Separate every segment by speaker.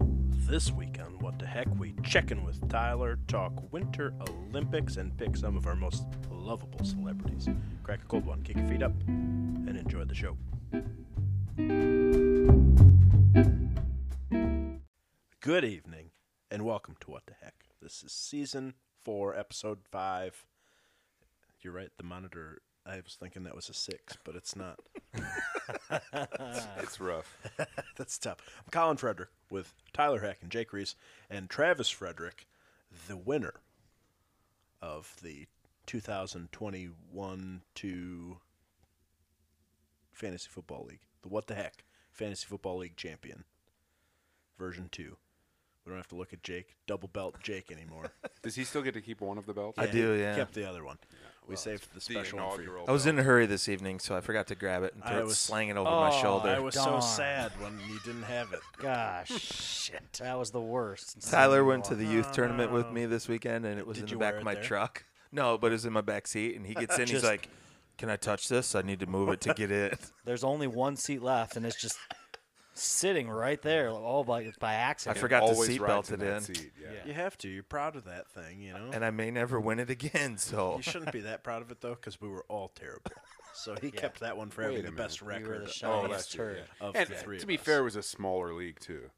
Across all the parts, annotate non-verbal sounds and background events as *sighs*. Speaker 1: This week on What the Heck, we check in with Tyler, talk Winter Olympics, and pick some of our most lovable celebrities. Crack a cold one, kick your feet up, and enjoy the show. Good evening, and welcome to What the Heck. This is season four, episode five. You're right, the monitor. I was thinking that was a six, but it's not.
Speaker 2: It's rough.
Speaker 1: That's tough. I'm Colin Frederick with Tyler Heck and Jake Reese and Travis Frederick, the winner of the 2021 2 Fantasy Football League. The What the Heck Fantasy Football League champion, version 2. We don't have to look at Jake, double belt Jake anymore.
Speaker 2: Does he still get to keep one of the belts?
Speaker 3: *laughs* I do,
Speaker 1: he
Speaker 3: yeah.
Speaker 1: Kept the other one. we saved the
Speaker 2: The
Speaker 1: special one for you.
Speaker 2: inaugural.
Speaker 3: I was in a hurry this evening, so I forgot to grab it and
Speaker 1: I
Speaker 3: throw it,
Speaker 1: was-
Speaker 3: slang it over
Speaker 4: Oh,
Speaker 3: my
Speaker 1: I
Speaker 3: shoulder.
Speaker 1: was
Speaker 4: Darn.
Speaker 1: so sad when you didn't have it.
Speaker 4: Gosh, shit. That was the worst.
Speaker 3: Tyler went to the youth tournament with
Speaker 1: *laughs*
Speaker 3: me this weekend, and it was
Speaker 1: Did
Speaker 3: in the
Speaker 1: you
Speaker 3: back
Speaker 1: wear it
Speaker 3: of my
Speaker 1: there?
Speaker 3: truck. No, but it was in my back seat,
Speaker 1: *laughs*
Speaker 3: and he gets in, he's
Speaker 1: Just-
Speaker 3: like, "Can I touch this? I need to move it to
Speaker 1: *laughs*
Speaker 3: get it." *laughs*
Speaker 4: There's only one seat left, and it's just sitting right there, all by, by
Speaker 3: I
Speaker 4: accident.
Speaker 3: forgot to
Speaker 2: Always
Speaker 3: seat
Speaker 2: rides
Speaker 3: belt it
Speaker 2: that
Speaker 3: in,
Speaker 2: seat, yeah.
Speaker 4: Yeah.
Speaker 1: You have to. You're proud of that thing, you know?
Speaker 3: and I may never win it again. So
Speaker 1: You shouldn't be that proud of it though, because we were all terrible. So he
Speaker 4: Yeah.
Speaker 1: kept that one for
Speaker 2: Wait
Speaker 1: having
Speaker 2: a
Speaker 1: the
Speaker 2: minute.
Speaker 1: best
Speaker 2: You
Speaker 1: record. Oh, of
Speaker 2: Oh,
Speaker 3: Oh,
Speaker 4: were the shiniest
Speaker 1: all
Speaker 4: last year, turd.
Speaker 1: of
Speaker 2: And
Speaker 1: the three.
Speaker 2: to
Speaker 1: of
Speaker 2: be
Speaker 1: us.
Speaker 2: fair, it was a smaller league too.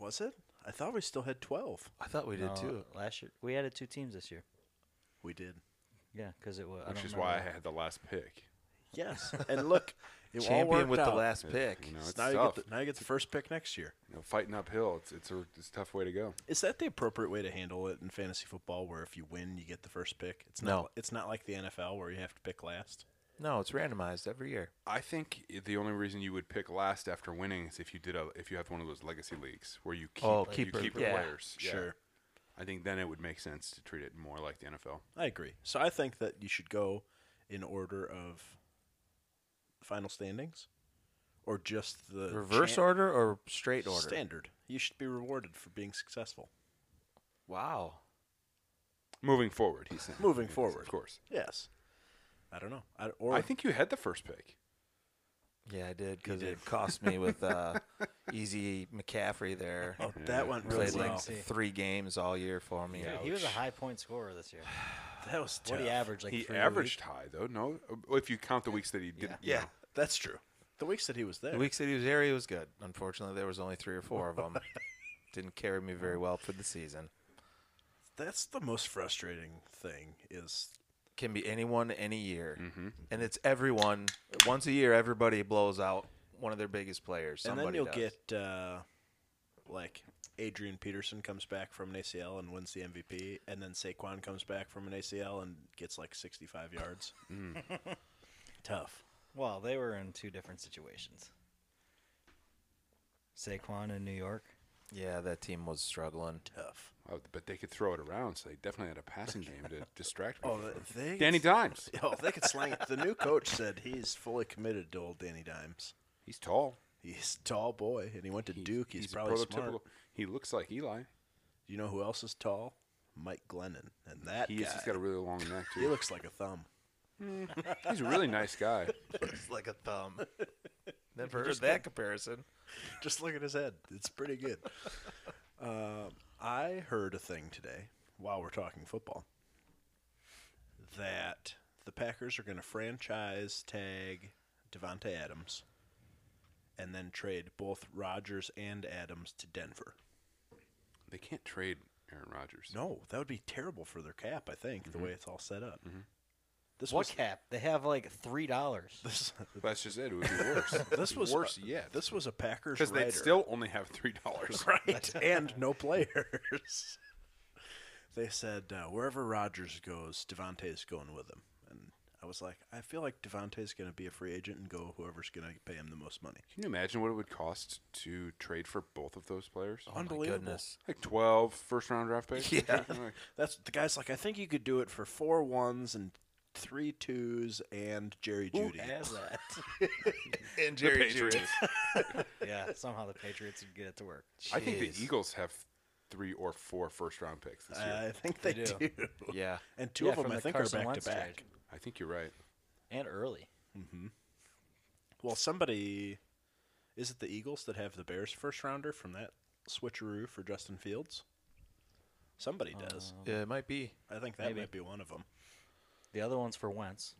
Speaker 1: was it? I thought we still had twelve.
Speaker 3: *laughs* I thought we did
Speaker 4: No,
Speaker 3: too.
Speaker 4: Last year, we added two teams this year.
Speaker 1: We did.
Speaker 4: Yeah, because it was. I
Speaker 2: Which
Speaker 4: don't
Speaker 2: is
Speaker 4: remember.
Speaker 2: why I had the last pick.
Speaker 1: Yes. *laughs* And look, it all
Speaker 3: Champion
Speaker 1: worked
Speaker 3: with
Speaker 1: out.
Speaker 3: the last pick.
Speaker 2: You know,
Speaker 1: So
Speaker 2: it's
Speaker 1: now you
Speaker 2: tough.
Speaker 1: get the, now you get the first pick next year.
Speaker 2: You know, fighting uphill, it's it's a, it's a tough way to go.
Speaker 1: Is that the appropriate way to handle it in fantasy football, where if you win, you get the first pick? It's
Speaker 3: No.
Speaker 1: not. It's not like the NFL where you have to pick last.
Speaker 3: No, it's randomized every year.
Speaker 2: I think i- the only reason you would pick last after winning is if you did a if you have one of those legacy leagues where you keep
Speaker 3: Oh,
Speaker 2: you
Speaker 3: keeper,
Speaker 2: keep your
Speaker 3: yeah.
Speaker 2: players. Yeah.
Speaker 1: Sure.
Speaker 2: I think then it would make sense to treat it more like the NFL.
Speaker 1: I agree. So I think that you should go in order of final standings, or just the
Speaker 3: Reverse
Speaker 1: chan-
Speaker 3: order or straight order?
Speaker 1: standard. You should be rewarded for being successful.
Speaker 3: Wow.
Speaker 2: Moving forward, he's saying.
Speaker 1: Moving
Speaker 2: Yes,
Speaker 1: forward.
Speaker 2: of course.
Speaker 1: Yes. I don't know. I, or
Speaker 2: I think you had the first pick.
Speaker 3: Yeah, I did because
Speaker 1: did.
Speaker 3: it cost me with *laughs* uh, Easy McCaffrey there.
Speaker 1: oh, that went really
Speaker 3: played
Speaker 4: Played, like,
Speaker 1: well.
Speaker 3: like
Speaker 4: see.
Speaker 3: three games all year for me.
Speaker 4: Dude, he was a high point scorer this year.
Speaker 1: That was
Speaker 4: What
Speaker 1: tough.
Speaker 4: he averaged, like
Speaker 2: he
Speaker 4: three a
Speaker 2: averaged
Speaker 4: week?
Speaker 2: high though. No, Uh, if you count the weeks that he did. not
Speaker 1: Yeah, that's true. The weeks that he was there,
Speaker 3: The weeks that he was here, he was good. Unfortunately, there was only three or four of them. Didn't carry me very well for the season.
Speaker 1: that's the most frustrating thing. Is
Speaker 3: Can be anyone, any year, and it's everyone. Once a year, everybody blows out one of their biggest players. Somebody
Speaker 1: and then you'll
Speaker 3: does.
Speaker 1: get uh, like Adrian Peterson comes back from an ACL and wins the MVP, and then Saquon comes back from an ACL and gets like 65 yards. *laughs* tough.
Speaker 4: Well, they were in two different situations. Saquon in New York.
Speaker 3: yeah, that team was struggling.
Speaker 1: Tough.
Speaker 2: Oh, but they could throw it around, so they definitely had a passing game
Speaker 1: *laughs*
Speaker 2: to distract people.
Speaker 1: Oh, they
Speaker 2: Danny Dimes.
Speaker 1: Oh, they could slang it. The new coach said he's fully committed to old Danny Dimes.
Speaker 2: He's tall.
Speaker 1: He's a tall boy, and he went to Duke. He's,
Speaker 2: a
Speaker 1: probably smart.
Speaker 2: He looks like Eli.
Speaker 1: You know who else is tall? Mike Glennon, and that
Speaker 2: He
Speaker 1: guy.
Speaker 2: is, he's got a really long neck
Speaker 1: he *laughs*
Speaker 2: too.
Speaker 1: looks like a thumb.
Speaker 2: he's a really nice guy.
Speaker 3: It's like a thumb. *laughs* Never heard that comparison.
Speaker 1: Just look at his head; it's pretty
Speaker 2: *laughs*
Speaker 1: good. um, I heard a thing today while we're talking football that the Packers are going to franchise tag Devonte Adams, and then trade both Rodgers and Adams to Denver.
Speaker 2: They can't trade Aaron Rodgers.
Speaker 1: No, that would be terrible for their cap. I think
Speaker 2: Mm-hmm.
Speaker 1: the way it's all set up. This
Speaker 4: What
Speaker 1: was
Speaker 4: cap? They have like three dollars.
Speaker 2: *laughs*
Speaker 1: this,
Speaker 2: that's just it. It would be worse.
Speaker 1: *laughs* this was
Speaker 2: worse
Speaker 1: a,
Speaker 2: yet.
Speaker 1: This was a Packers
Speaker 2: because
Speaker 1: writer,
Speaker 2: they'd still only have three dollars.
Speaker 1: *laughs* right and no players. *laughs* they said uh, wherever Rodgers goes, Devontae's going with him, and I was like, I feel like Devontae's going to be a free agent and go whoever's going to pay him the most money.
Speaker 2: Can you imagine what it would cost to trade for both of those players?
Speaker 1: Unbelievable.
Speaker 3: goodness.
Speaker 2: Like 12 first round
Speaker 1: *laughs*
Speaker 2: draft picks. *laughs* Yeah.
Speaker 1: That's the guy's like. I think you could do it for four ones and three twos and Jerry Judy. *laughs*
Speaker 4: that?
Speaker 3: And
Speaker 2: Jerry *laughs* Judy.
Speaker 4: yeah, somehow the Patriots would get it to work.
Speaker 2: I think the
Speaker 3: Jeez.
Speaker 2: Eagles have three or four first round picks this year.
Speaker 1: I think they,
Speaker 4: They
Speaker 1: do.
Speaker 4: do.
Speaker 3: Yeah.
Speaker 1: And two
Speaker 4: Yeah,
Speaker 1: of them,
Speaker 4: from
Speaker 1: I
Speaker 4: the
Speaker 1: think,
Speaker 4: Carson
Speaker 1: are back
Speaker 4: Wentz
Speaker 1: to back.
Speaker 4: trade.
Speaker 2: I think you're right.
Speaker 4: And early.
Speaker 1: Well, somebody is it the Eagles that have the Bears first rounder from that switcheroo for Justin Fields? Somebody does.
Speaker 3: Yeah, it might be.
Speaker 1: I think that
Speaker 4: Uh, maybe.
Speaker 1: might be one of them.
Speaker 4: The other one's for Wentz.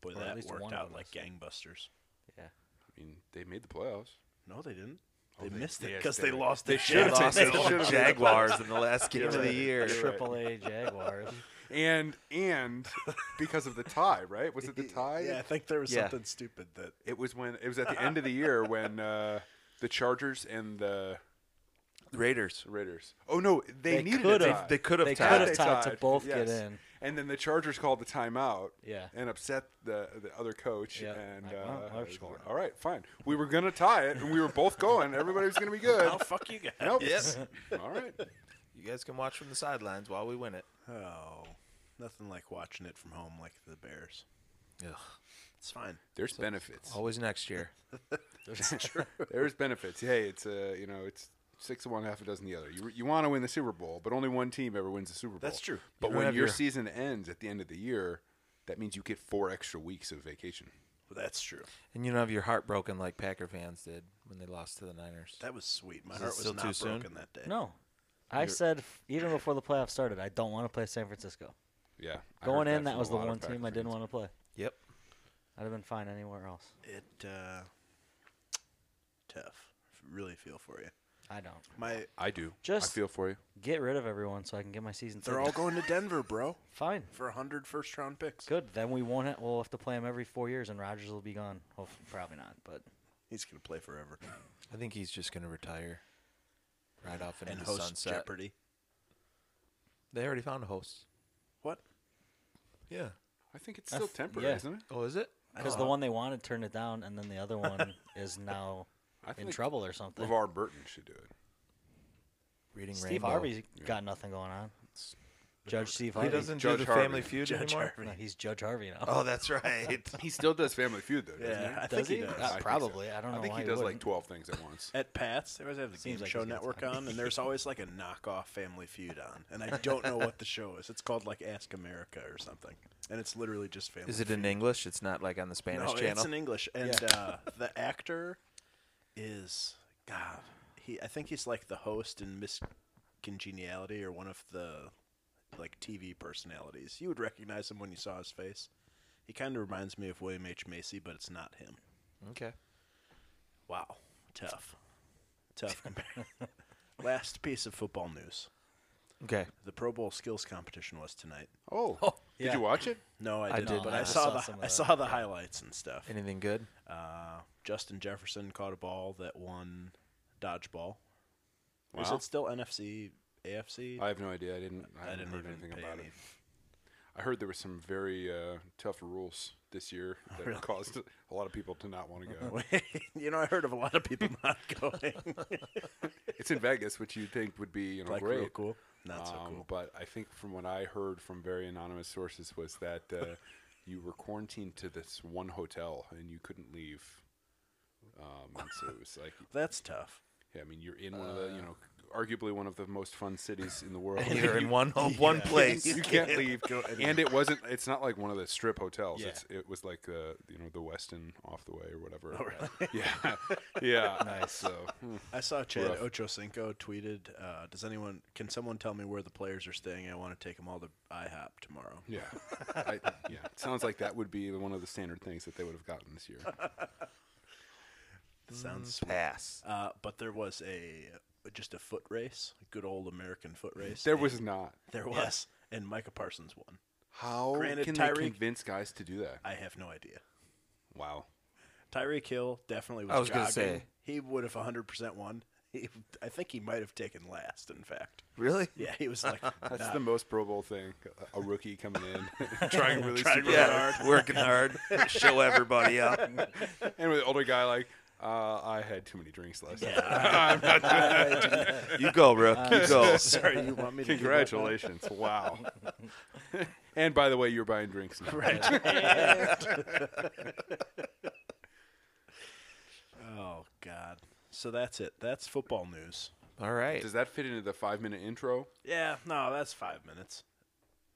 Speaker 1: Boy,
Speaker 4: Or at
Speaker 1: that
Speaker 4: least
Speaker 1: worked
Speaker 4: one of
Speaker 1: out
Speaker 4: them
Speaker 1: like
Speaker 4: is.
Speaker 1: gangbusters.
Speaker 4: Yeah.
Speaker 2: I mean, they made the playoffs.
Speaker 1: No, they didn't.
Speaker 2: Oh,
Speaker 1: They
Speaker 2: they-
Speaker 1: missed it
Speaker 2: yes,
Speaker 1: because
Speaker 2: they
Speaker 1: they,
Speaker 2: did.
Speaker 1: lost.
Speaker 3: They
Speaker 1: it.
Speaker 3: should have
Speaker 1: Yeah. *laughs*
Speaker 3: lost
Speaker 2: they
Speaker 3: to the
Speaker 2: should've-
Speaker 3: Jaguars in the last game of *laughs* the
Speaker 2: right.
Speaker 3: year.
Speaker 4: Triple A
Speaker 3: *laughs*
Speaker 4: Jaguars.
Speaker 2: And and because of the tie, right? Was it the tie?
Speaker 1: Yeah, I think there was
Speaker 3: Yeah.
Speaker 1: something stupid that
Speaker 2: It was when it was at the end of the year when uh, the Chargers and the
Speaker 3: Raiders.
Speaker 2: Raiders. Oh no, they,
Speaker 4: They
Speaker 2: needed
Speaker 4: could've.
Speaker 2: a
Speaker 3: They,
Speaker 2: tie.
Speaker 3: they could have
Speaker 4: They
Speaker 2: Yeah,
Speaker 4: could
Speaker 3: tied.
Speaker 4: have
Speaker 2: they
Speaker 4: tied to both get
Speaker 2: yes.
Speaker 4: in.
Speaker 2: And then the Chargers called the timeout.
Speaker 4: Yeah.
Speaker 2: And upset the the other coach.
Speaker 4: Yeah.
Speaker 2: And
Speaker 4: Like,
Speaker 2: uh,
Speaker 4: well, we're
Speaker 2: it was
Speaker 4: scoring.
Speaker 2: like, all right, fine. We were gonna tie it, and we were both going. Everybody was gonna be good.
Speaker 1: Oh, fuck you guys.
Speaker 2: Nope.
Speaker 4: *laughs*
Speaker 2: all right.
Speaker 3: You guys can watch from the sidelines while we win it.
Speaker 1: Oh, nothing like watching it from home like the Bears.
Speaker 3: Ugh.
Speaker 1: It's fine.
Speaker 2: There's benefits.
Speaker 4: Oh,
Speaker 3: Always next year.
Speaker 2: *laughs* There's benefits. Hey, it's uh, you know, it's six of one, half a dozen the other. You you want to win the Super Bowl, but only one team ever wins the Super Bowl.
Speaker 1: That's true.
Speaker 2: But
Speaker 3: don't
Speaker 2: when your,
Speaker 3: have your-
Speaker 2: season ends at the end of the year, that means you get four extra weeks of vacation.
Speaker 1: That's true.
Speaker 3: And you don't have your heart broken like Packer fans did when they lost to the Niners.
Speaker 1: That was sweet. My
Speaker 3: Is it
Speaker 1: heart was
Speaker 3: still
Speaker 1: not
Speaker 3: too soon?
Speaker 1: broken that day.
Speaker 4: No. I said f- even before the playoffs started, I don't want to play San Francisco.
Speaker 2: Yeah. I
Speaker 4: Going
Speaker 2: heard
Speaker 4: in, that
Speaker 2: from
Speaker 4: was
Speaker 2: a
Speaker 4: the
Speaker 2: lot of
Speaker 4: one
Speaker 2: Packer
Speaker 4: team I didn't
Speaker 2: fans.
Speaker 4: want to play.
Speaker 3: Yep.
Speaker 4: I'd have been fine anywhere else.
Speaker 1: It uh, tough. Really feel for you.
Speaker 4: I don't.
Speaker 1: My
Speaker 2: I do.
Speaker 4: Just-
Speaker 2: I feel for you.
Speaker 4: Get rid of everyone so I can get my season.
Speaker 1: they're
Speaker 4: ticket.
Speaker 1: all going to Denver, bro,
Speaker 4: fine.
Speaker 1: for a hundred first round picks.
Speaker 4: Good. Then we won't. Ha- we'll have to play him every four years, and Rogers will be gone. Hopefully, probably not. But
Speaker 1: He's gonna play forever
Speaker 3: I think he's just going to retire right off into
Speaker 1: and
Speaker 3: the
Speaker 1: host
Speaker 3: sunset.
Speaker 1: Jeopardy.
Speaker 3: They already found a host.
Speaker 1: *laughs* What?
Speaker 3: Yeah.
Speaker 2: I think it's
Speaker 4: I
Speaker 2: still
Speaker 4: f-
Speaker 2: temporary,
Speaker 4: yeah.
Speaker 2: isn't it?
Speaker 3: Oh, is it?
Speaker 4: because the one they wanted turned it down, and then the other one *laughs* is now
Speaker 2: I
Speaker 4: in
Speaker 2: think
Speaker 4: trouble or something.
Speaker 2: LeVar Burton should do it.
Speaker 3: Reading
Speaker 4: Steve
Speaker 3: Rainbow.
Speaker 4: Harvey's got nothing going on. Judge Steve
Speaker 3: He
Speaker 4: Harvey.
Speaker 3: doesn't
Speaker 2: Judge
Speaker 3: do the
Speaker 2: Harvey.
Speaker 3: Family Feud
Speaker 1: Judge
Speaker 3: anymore.
Speaker 1: Harvey.
Speaker 4: No, he's Judge Harvey now.
Speaker 3: Oh, that's right.
Speaker 2: He still does Family Feud though, doesn't
Speaker 1: Yeah,
Speaker 2: he?
Speaker 1: I
Speaker 4: does
Speaker 1: think
Speaker 4: he?
Speaker 1: he does.
Speaker 4: Uh,
Speaker 1: I
Speaker 2: think so.
Speaker 4: probably. I don't know
Speaker 2: I think
Speaker 4: why
Speaker 2: he does like
Speaker 4: wouldn't.
Speaker 2: 12 things at once.
Speaker 4: *laughs*
Speaker 1: At Pat's, they always have the
Speaker 4: Seems
Speaker 1: game
Speaker 4: like
Speaker 1: show
Speaker 4: he's got
Speaker 1: network
Speaker 4: time.
Speaker 1: on, and there's always like a knockoff Family Feud on, and I don't know what the show is. It's called like Ask America or something, and it's literally just Family.
Speaker 3: Is it in English? It's not like on the
Speaker 1: Feud.
Speaker 3: Spanish
Speaker 1: no,
Speaker 3: channel.
Speaker 1: it's in English, and uh, the actor is God. He, I think he's like the host in Miss Congeniality or one of the like TV personalities. You would recognize him when you saw his face. He kind of reminds me of William H Macy, but it's not him.
Speaker 3: okay.
Speaker 1: Wow, tough, tough. compare. *laughs* Last piece of football news:
Speaker 3: Okay.
Speaker 1: the Pro Bowl skills competition was tonight.
Speaker 2: Oh, did
Speaker 4: yeah.
Speaker 2: you watch it?
Speaker 1: No, I didn't,
Speaker 4: did
Speaker 1: but
Speaker 4: not.
Speaker 1: I
Speaker 4: I
Speaker 1: saw,
Speaker 4: saw
Speaker 1: the
Speaker 4: some of
Speaker 1: I
Speaker 4: that,
Speaker 1: saw the highlights and stuff.
Speaker 3: Anything *laughs* good?
Speaker 1: Uh, Justin Jefferson caught a ball that won dodgeball. Is
Speaker 2: Wow.
Speaker 1: it still NFC, AFC?
Speaker 2: I have no idea. I didn't. I,
Speaker 1: I
Speaker 2: haven't
Speaker 1: didn't
Speaker 2: heard
Speaker 1: even
Speaker 2: anything
Speaker 1: pay
Speaker 2: about
Speaker 1: any.
Speaker 2: it. I heard there were some very uh, tough rules
Speaker 1: *laughs*
Speaker 2: this year
Speaker 1: Oh,
Speaker 2: that caused a lot of people to not want to go.
Speaker 1: you know, I heard of a lot of people *laughs* not going.
Speaker 2: *laughs* it's in Vegas, which you'd think would be you
Speaker 1: *laughs*
Speaker 2: know
Speaker 1: like
Speaker 2: great,
Speaker 1: real cool, not so
Speaker 2: Um,
Speaker 1: cool.
Speaker 2: But I think from what I heard from very anonymous sources was that
Speaker 1: *laughs*
Speaker 2: uh, you were quarantined to this one hotel and you couldn't leave. Um, and so it was like,
Speaker 1: That's tough.
Speaker 2: yeah, I mean, you're in one of the you
Speaker 1: Uh.
Speaker 2: know arguably one of the most fun cities in
Speaker 1: *laughs*
Speaker 2: the world.
Speaker 3: You're in *laughs* one one place.
Speaker 2: you can't leave. and it wasn't. It's not like one of the strip hotels. It's, it was like the you know the Westin off the way or whatever.
Speaker 1: Oh,
Speaker 2: *laughs* Yeah,
Speaker 1: *laughs*
Speaker 2: yeah. Nice. So hmm.
Speaker 1: I saw Chad
Speaker 2: Rough.
Speaker 1: Ochocinco tweeted, uh, "Does anyone? Can someone tell me where the players are staying? I want to take them all to IHOP tomorrow."
Speaker 2: yeah, I, yeah. It sounds like that would be one of the standard things that they would have gotten this year.
Speaker 1: That sounds
Speaker 2: Mm.
Speaker 1: sweet.
Speaker 3: Pass.
Speaker 1: Uh, but there was a just a foot race, a good old American foot race.
Speaker 2: There was not.
Speaker 1: there was, and Micah Parsons won.
Speaker 2: How
Speaker 1: Granted,
Speaker 2: can
Speaker 1: Tyreek-
Speaker 2: they convince guys to do that?
Speaker 1: I have no idea.
Speaker 2: Wow.
Speaker 1: Tyreek Hill definitely was.
Speaker 3: I was gonna
Speaker 1: jogging.
Speaker 3: say.
Speaker 1: he would have 100 percent won. He, I think he might have taken last. In fact,
Speaker 3: Really?
Speaker 1: yeah, he was like
Speaker 2: *laughs* That's
Speaker 1: nah,
Speaker 2: the most Pro Bowl thing. A rookie coming in, *laughs* trying really
Speaker 1: Trying
Speaker 2: super
Speaker 1: really
Speaker 2: hard. *laughs*
Speaker 3: Yeah. Working hard. *laughs* Show everybody up.
Speaker 2: And with the older guy, like, uh, I had too many drinks last night.
Speaker 1: *laughs*
Speaker 2: *laughs*
Speaker 3: *laughs* You go, Rook. You
Speaker 2: Oh.
Speaker 3: *laughs* go.
Speaker 1: sorry. You want me to do that?
Speaker 2: Congratulations.
Speaker 1: *laughs*
Speaker 2: wow. *laughs* and by the way, you're buying drinks now.
Speaker 1: Oh God. So that's it. That's football news.
Speaker 3: All right.
Speaker 2: Does that fit into the five minute intro?
Speaker 1: Yeah, no, that's five minutes.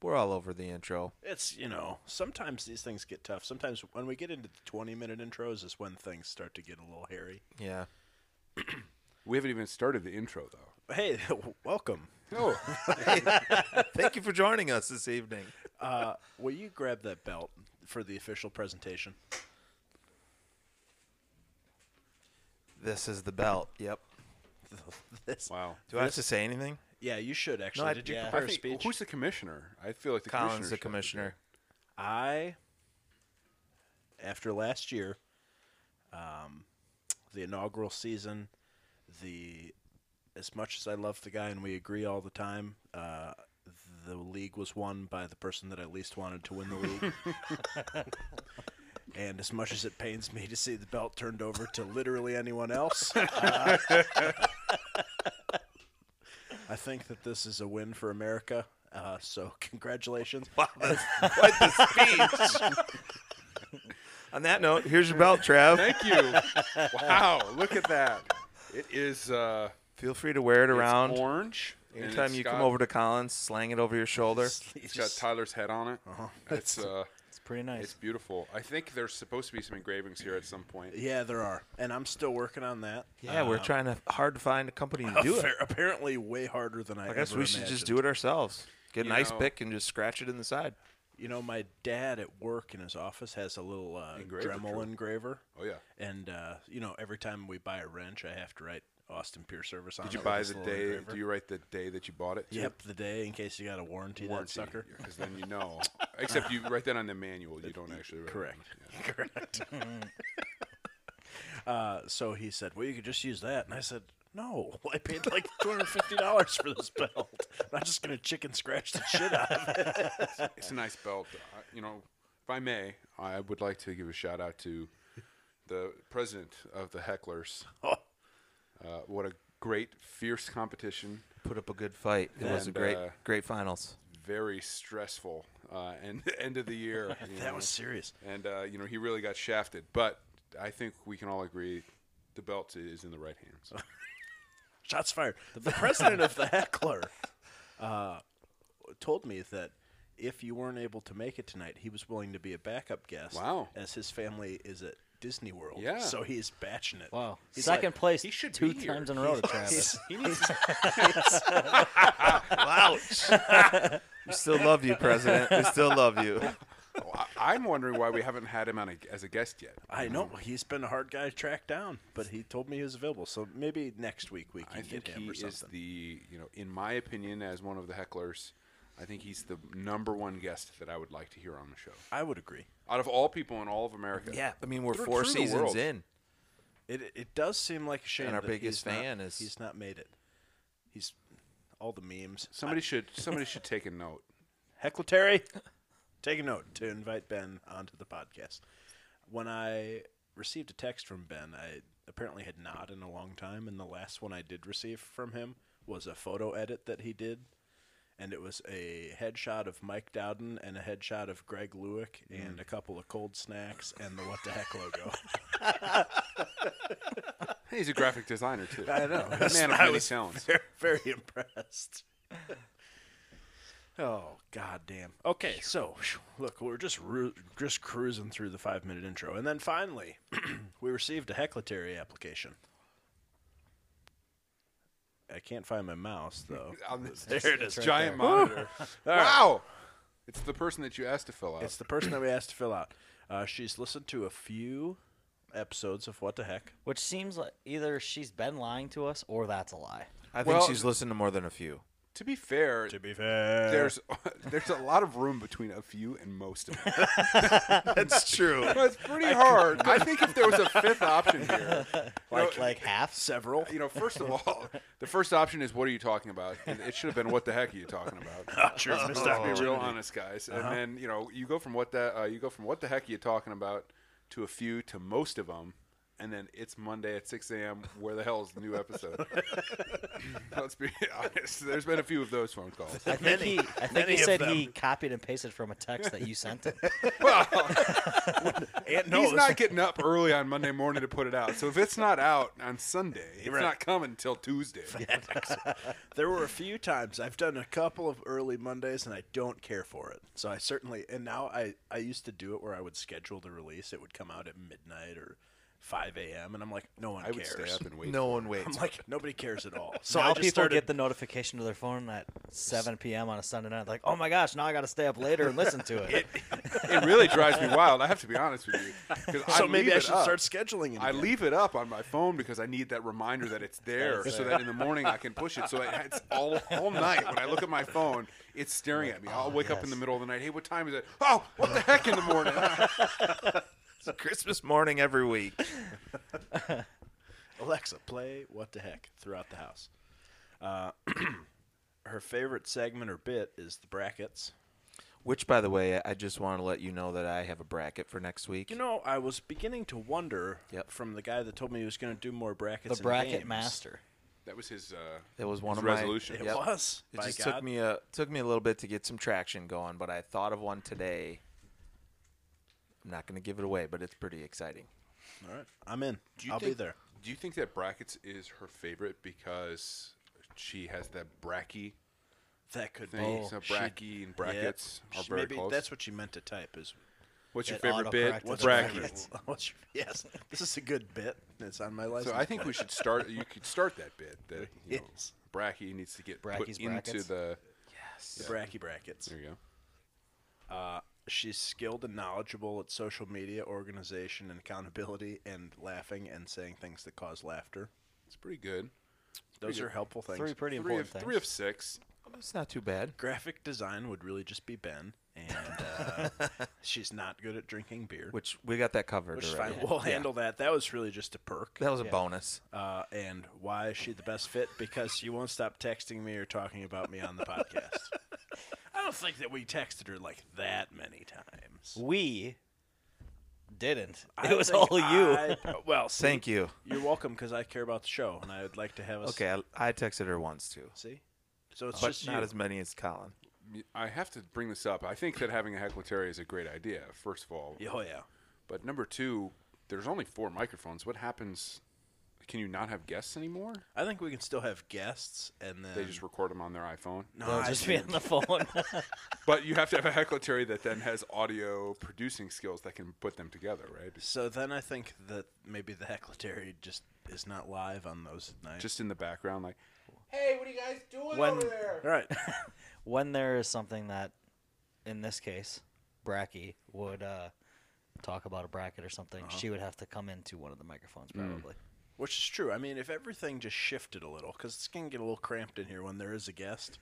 Speaker 3: We're all over the intro.
Speaker 1: It's you know sometimes these things get tough. Sometimes when we get into the twenty minute intros is when things start to get a little hairy.
Speaker 3: Yeah.
Speaker 2: We haven't even started the intro
Speaker 1: *laughs*
Speaker 2: though.
Speaker 1: Hey, welcome.
Speaker 2: Oh,
Speaker 3: Thank you for joining us this evening.
Speaker 1: Uh, will you grab that belt for the official presentation?
Speaker 3: This is the belt. *laughs* Yep.
Speaker 1: This-
Speaker 2: *laughs* wow.
Speaker 3: Do I have to say anything?
Speaker 1: Yeah, you should actually.
Speaker 3: I-
Speaker 1: Did you
Speaker 4: yeah.
Speaker 1: prepare
Speaker 2: I
Speaker 1: a
Speaker 2: think-
Speaker 1: speech?
Speaker 2: Who's the commissioner? I feel like the
Speaker 3: Collins, the
Speaker 2: commissioner.
Speaker 3: commissioner.
Speaker 1: I, after last year, um, the inaugural season, the as much as I love the guy and we agree all the time, uh, the league was won by the person that I least wanted to win the league. and as much as it pains me to see the belt turned over to literally anyone else. uh, I think that this is a win for America. Uh, so congratulations.
Speaker 3: Wow, that's quite the speech. On that note, here's your *laughs* belt,
Speaker 2: *laughs*
Speaker 3: Trav.
Speaker 2: Thank you. wow, look at that. It is uh,
Speaker 3: Feel free to wear it
Speaker 2: it's
Speaker 3: around.
Speaker 2: orange. and
Speaker 3: Anytime
Speaker 2: it's
Speaker 3: you
Speaker 2: got-
Speaker 3: come over to Collins, slang it over your shoulder.
Speaker 2: it's got Tyler's head on it. Uh-huh. *laughs* It's uh,
Speaker 4: It's pretty
Speaker 2: it's
Speaker 4: nice.
Speaker 2: beautiful. I think there's supposed to be some engravings here at some point.
Speaker 1: Yeah, there are, and I'm still working on that. Um,
Speaker 3: Yeah, we're trying to hard to find a company to do it.
Speaker 1: Appar- Apparently, way harder than I.
Speaker 3: I guess we should just do it ourselves. Get an
Speaker 2: You
Speaker 3: ice
Speaker 2: know-
Speaker 3: pick and just scratch it in the side.
Speaker 1: You know, my dad at work in his office has a little uh,
Speaker 2: Engraver,
Speaker 1: Dremel
Speaker 2: sure.
Speaker 1: engraver,
Speaker 2: Oh yeah.
Speaker 1: and uh, you know, every time we buy a wrench, I have to write Austin Pure Service on
Speaker 2: Did you
Speaker 1: it with
Speaker 2: buy
Speaker 1: this
Speaker 2: the
Speaker 1: little
Speaker 2: day?
Speaker 1: engraver.
Speaker 2: Do you write the day that you bought it? too?
Speaker 1: Yep, the day in case you got a warranty,
Speaker 2: Warranty.
Speaker 1: that sucker.
Speaker 2: Because then you know. Except you write that on the manual. You don't actually write it on
Speaker 1: Correct.
Speaker 2: it.
Speaker 1: Correct. uh, so he said, "Well, you could just use that," and I said. No, *laughs* I paid like two hundred fifty dollars for this belt. *laughs* I'm not just gonna chicken scratch the shit out of it.
Speaker 2: It's a nice belt. I, you know, if I may, I would like to give a shout out to the president of the Hecklers.
Speaker 1: *laughs* Oh.
Speaker 2: Uh, what a great, fierce competition.
Speaker 3: Put up a good fight. It was a
Speaker 2: And,
Speaker 3: great,
Speaker 2: uh,
Speaker 3: great finals.
Speaker 2: Very stressful. Uh, and end *laughs* of
Speaker 1: *laughs*
Speaker 2: the year. you
Speaker 1: That
Speaker 2: know.
Speaker 1: was serious.
Speaker 2: And uh, you know, he really got shafted. But I think we can all agree, the belt is in the right
Speaker 1: *laughs*
Speaker 2: hands.
Speaker 1: Shots fired. The president of the heckler uh, told me that if you weren't able to make it tonight, he was willing to be a backup guest.
Speaker 2: Wow.
Speaker 1: As his family is at Disney World.
Speaker 2: Yeah.
Speaker 1: So he's batching it.
Speaker 4: Wow.
Speaker 1: He's
Speaker 4: Second
Speaker 1: like-
Speaker 4: place
Speaker 2: he should
Speaker 4: two
Speaker 2: be here.
Speaker 4: times in a row to Travis.
Speaker 1: *laughs* he's-
Speaker 2: he needs.
Speaker 1: *laughs*
Speaker 3: Ouch! we still love you, President. We still love *laughs* you.
Speaker 2: I- I'm wondering why we haven't had him on a, as a guest yet.
Speaker 1: I know he's been a hard guy to track down, but he told me he was available. So maybe next week we can
Speaker 2: I think
Speaker 1: get him
Speaker 2: he
Speaker 1: or
Speaker 2: is
Speaker 1: something.
Speaker 2: the, you know, in my opinion, as one of the hecklers, I think he's the number one guest that I would like to hear on the show.
Speaker 1: I would agree.
Speaker 2: Out of all people in all of America.
Speaker 3: Yeah, I mean we're
Speaker 2: Through-
Speaker 3: four
Speaker 2: through the
Speaker 3: seasons
Speaker 2: world.
Speaker 3: in.
Speaker 1: It it does seem like a shame.
Speaker 3: our
Speaker 1: that
Speaker 3: biggest
Speaker 1: he's not-
Speaker 3: fan is-
Speaker 1: he's not made it. He's all the memes.
Speaker 2: Somebody should somebody should take a note.
Speaker 1: Heckler Terry, *laughs* take a note to invite Ben onto the podcast. When I received a text from Ben, I apparently had not in a long time, and the last one I did receive from him was a photo edit that he did, and it was a headshot of Mike Dowden and a headshot of Greg Lewick
Speaker 3: Mm.
Speaker 1: and a couple of cold snacks and the What the Heck
Speaker 3: *laughs*
Speaker 1: logo.
Speaker 2: He's a graphic designer too.
Speaker 1: I *laughs* know.
Speaker 2: A man of
Speaker 1: I
Speaker 2: many
Speaker 1: was
Speaker 2: talents.
Speaker 1: Very, very impressed. *laughs* oh god damn. Okay, so phew, look, we're just ru- just cruising through the five minute intro, and then finally, *clears throat* we received a heclatary application. I can't find my mouse *laughs* though.
Speaker 2: On this
Speaker 1: There it is.
Speaker 2: giant
Speaker 1: *laughs*
Speaker 2: monitor. wow. It's the person that you asked to fill out.
Speaker 1: It's the person that we asked to fill out. Uh, she's listened to a few episodes of What the Heck.
Speaker 4: Which seems like either she's been lying to us or that's a lie.
Speaker 3: I think
Speaker 2: Well-
Speaker 3: she's listened to more than a few.
Speaker 2: to be fair,
Speaker 1: be fair,
Speaker 2: there's *laughs* there's a lot of room between a few and most
Speaker 1: *laughs*
Speaker 2: of them.
Speaker 3: That's true.
Speaker 2: But it's pretty hard. I think if there was a fifth option
Speaker 1: *laughs*
Speaker 2: here,
Speaker 4: Like like half.
Speaker 1: several.
Speaker 2: you know, first of all, *laughs* the first option is what are you talking about? And it should have been what the heck are you talking
Speaker 1: *laughs*
Speaker 2: about?
Speaker 1: Sure, missed
Speaker 2: Let's be real
Speaker 1: opportunity.
Speaker 2: honest, guys.
Speaker 1: Uh-huh.
Speaker 2: And then you know, you go from what that uh, you go from what the heck are you talking about to a few to most of them, and then it's Monday at 6 a.m. Where the hell is the new episode? *laughs* Let's be honest. There's been a few of those phone calls.
Speaker 4: I think he I think
Speaker 1: many
Speaker 4: he
Speaker 1: of
Speaker 4: said
Speaker 1: them.
Speaker 4: he copied and pasted from a text that you sent him.
Speaker 1: And no,
Speaker 2: He's
Speaker 1: it's-
Speaker 2: not getting up early on Monday morning to put it out. So if it's not out on Sunday, it's
Speaker 1: Right.
Speaker 2: not coming until Tuesday.
Speaker 1: *laughs* There were a few times I've done a couple of early Mondays and I don't care for it. So I certainly and now I I used to do it where I would schedule the release. It would come out at midnight or 5 a.m. and I'm like, no one
Speaker 2: I would
Speaker 1: cares.
Speaker 2: stay up and wait.
Speaker 3: No
Speaker 2: for
Speaker 1: *laughs*
Speaker 3: one
Speaker 1: I'm
Speaker 3: waits.
Speaker 1: like, nobody cares at all. *laughs* So
Speaker 4: So now
Speaker 1: I
Speaker 4: people
Speaker 1: just started.
Speaker 4: get the notification to their phone at 7 p.m. on a Sunday night. Like, oh my gosh, now I got to stay up later and listen
Speaker 1: *laughs*
Speaker 4: to it.
Speaker 2: it. it really drives me wild. I have to be honest with you. 'Cause
Speaker 1: *laughs* so
Speaker 2: I
Speaker 1: maybe
Speaker 2: leave
Speaker 1: I
Speaker 2: it
Speaker 1: should
Speaker 2: up.
Speaker 1: start scheduling it.
Speaker 2: I
Speaker 1: again.
Speaker 2: leave it up on my phone because I need that reminder that it's there,
Speaker 4: It's
Speaker 2: so
Speaker 4: there.
Speaker 2: that in the morning I can push it. So that it's all all night when I look at my phone, it's staring at me. I'll
Speaker 4: Oh,
Speaker 2: wake up in
Speaker 4: yes.
Speaker 2: the middle of the night. Hey, what time is it? Oh, what the heck in the morning? *laughs*
Speaker 3: Christmas morning every week.
Speaker 1: Alexa, play What the Heck throughout the house. Uh, *clears throat* her favorite segment or bit is the brackets.
Speaker 3: Which, by the way, I just want to let you know that I have a bracket for next week.
Speaker 1: You know, I was beginning to wonder
Speaker 3: Yep.
Speaker 1: from the guy that told me he was going to do more brackets.
Speaker 4: The
Speaker 1: and
Speaker 4: bracket
Speaker 1: games.
Speaker 4: master.
Speaker 2: that was his. Uh,
Speaker 3: That was one
Speaker 2: his
Speaker 3: of my-
Speaker 2: resolutions.
Speaker 1: It
Speaker 3: Yep.
Speaker 1: was.
Speaker 3: It
Speaker 1: by
Speaker 3: just
Speaker 1: God.
Speaker 3: took me a took me a little bit to get some traction going, but I thought of one today. I'm not going to give it away, but it's pretty exciting.
Speaker 1: All right, I'm in.
Speaker 2: Do you
Speaker 1: I'll
Speaker 2: think-
Speaker 1: be there.
Speaker 2: Do you think that brackets is her favorite because she has that bracky
Speaker 1: That could
Speaker 2: thing?
Speaker 1: be.
Speaker 2: so
Speaker 1: She-
Speaker 2: bracky and brackets
Speaker 1: yeah,
Speaker 2: are
Speaker 1: she-
Speaker 2: very
Speaker 1: maybe
Speaker 2: close.
Speaker 1: that's what she meant to type is
Speaker 2: What's your
Speaker 4: It
Speaker 2: favorite bit?
Speaker 4: autocorrected What's
Speaker 1: your
Speaker 4: Brackets.
Speaker 2: bracket?
Speaker 1: favorite- *laughs* What's your, yes, this is a good bit. It's on my license.
Speaker 2: So I think we
Speaker 1: plate.
Speaker 2: should start. You could start that bit. That
Speaker 4: *laughs*
Speaker 2: you know,
Speaker 1: Yes.
Speaker 2: Bracky needs to get put
Speaker 4: Bracky's
Speaker 2: into
Speaker 4: brackets.
Speaker 2: the.
Speaker 1: the bracky brackets.
Speaker 2: There you go.
Speaker 1: She's skilled and knowledgeable at social media organization and accountability, and laughing and saying things that cause laughter.
Speaker 2: It's pretty good.
Speaker 1: Those are helpful things.
Speaker 4: Three pretty
Speaker 2: Three
Speaker 4: important
Speaker 2: of,
Speaker 4: things.
Speaker 2: three of six.
Speaker 3: It's not too bad.
Speaker 1: Graphic design would really just be Ben,
Speaker 2: *laughs*
Speaker 1: and uh, she's not good at drinking beer, which,
Speaker 3: Which we got that covered
Speaker 1: is fine.
Speaker 3: already.
Speaker 1: We'll
Speaker 3: Yeah.
Speaker 1: handle that. That was really just a perk.
Speaker 3: That was a bonus.
Speaker 1: Uh, and why is she the best fit? Because you won't stop texting me or talking about me on the podcast. *laughs* I don't think that we texted her like that many times.
Speaker 4: we didn't.
Speaker 1: I
Speaker 4: It was all
Speaker 1: think
Speaker 4: you.
Speaker 1: I- well, see,
Speaker 3: Thank you.
Speaker 1: You're welcome because I care about the show and I would like to have us.
Speaker 3: Okay, I, I texted her once too,
Speaker 1: See? So it's
Speaker 3: but
Speaker 1: just
Speaker 3: not
Speaker 1: you.
Speaker 3: as many as Colin.
Speaker 2: I have to bring this up. I think that having a heckletary is a great idea. First of all,
Speaker 1: Yeah, Oh, yeah.
Speaker 2: but number two, there's only four microphones. What happens? Can you not have guests anymore?
Speaker 1: I think we can still have guests and then.
Speaker 2: They just record them on their iPhone.
Speaker 1: no,
Speaker 4: Um. No,
Speaker 1: I
Speaker 4: just be
Speaker 1: think-
Speaker 4: on the phone.
Speaker 2: *laughs*
Speaker 1: *laughs*
Speaker 2: But you have to have a heckletary that then has audio producing skills that can put them together, right?
Speaker 1: So then I think that maybe the heckletary just is not live on those nights.
Speaker 2: Just in the background, like
Speaker 4: when
Speaker 1: all right.
Speaker 4: when there is something that, in this case, Bracky would uh, talk about a bracket or something,
Speaker 2: Uh-huh.
Speaker 4: she would have to come into one of the microphones
Speaker 2: Hmm.
Speaker 4: probably.
Speaker 1: Which is true. I mean, if everything just shifted a little, because it's going to get a little cramped in here when there is a guest,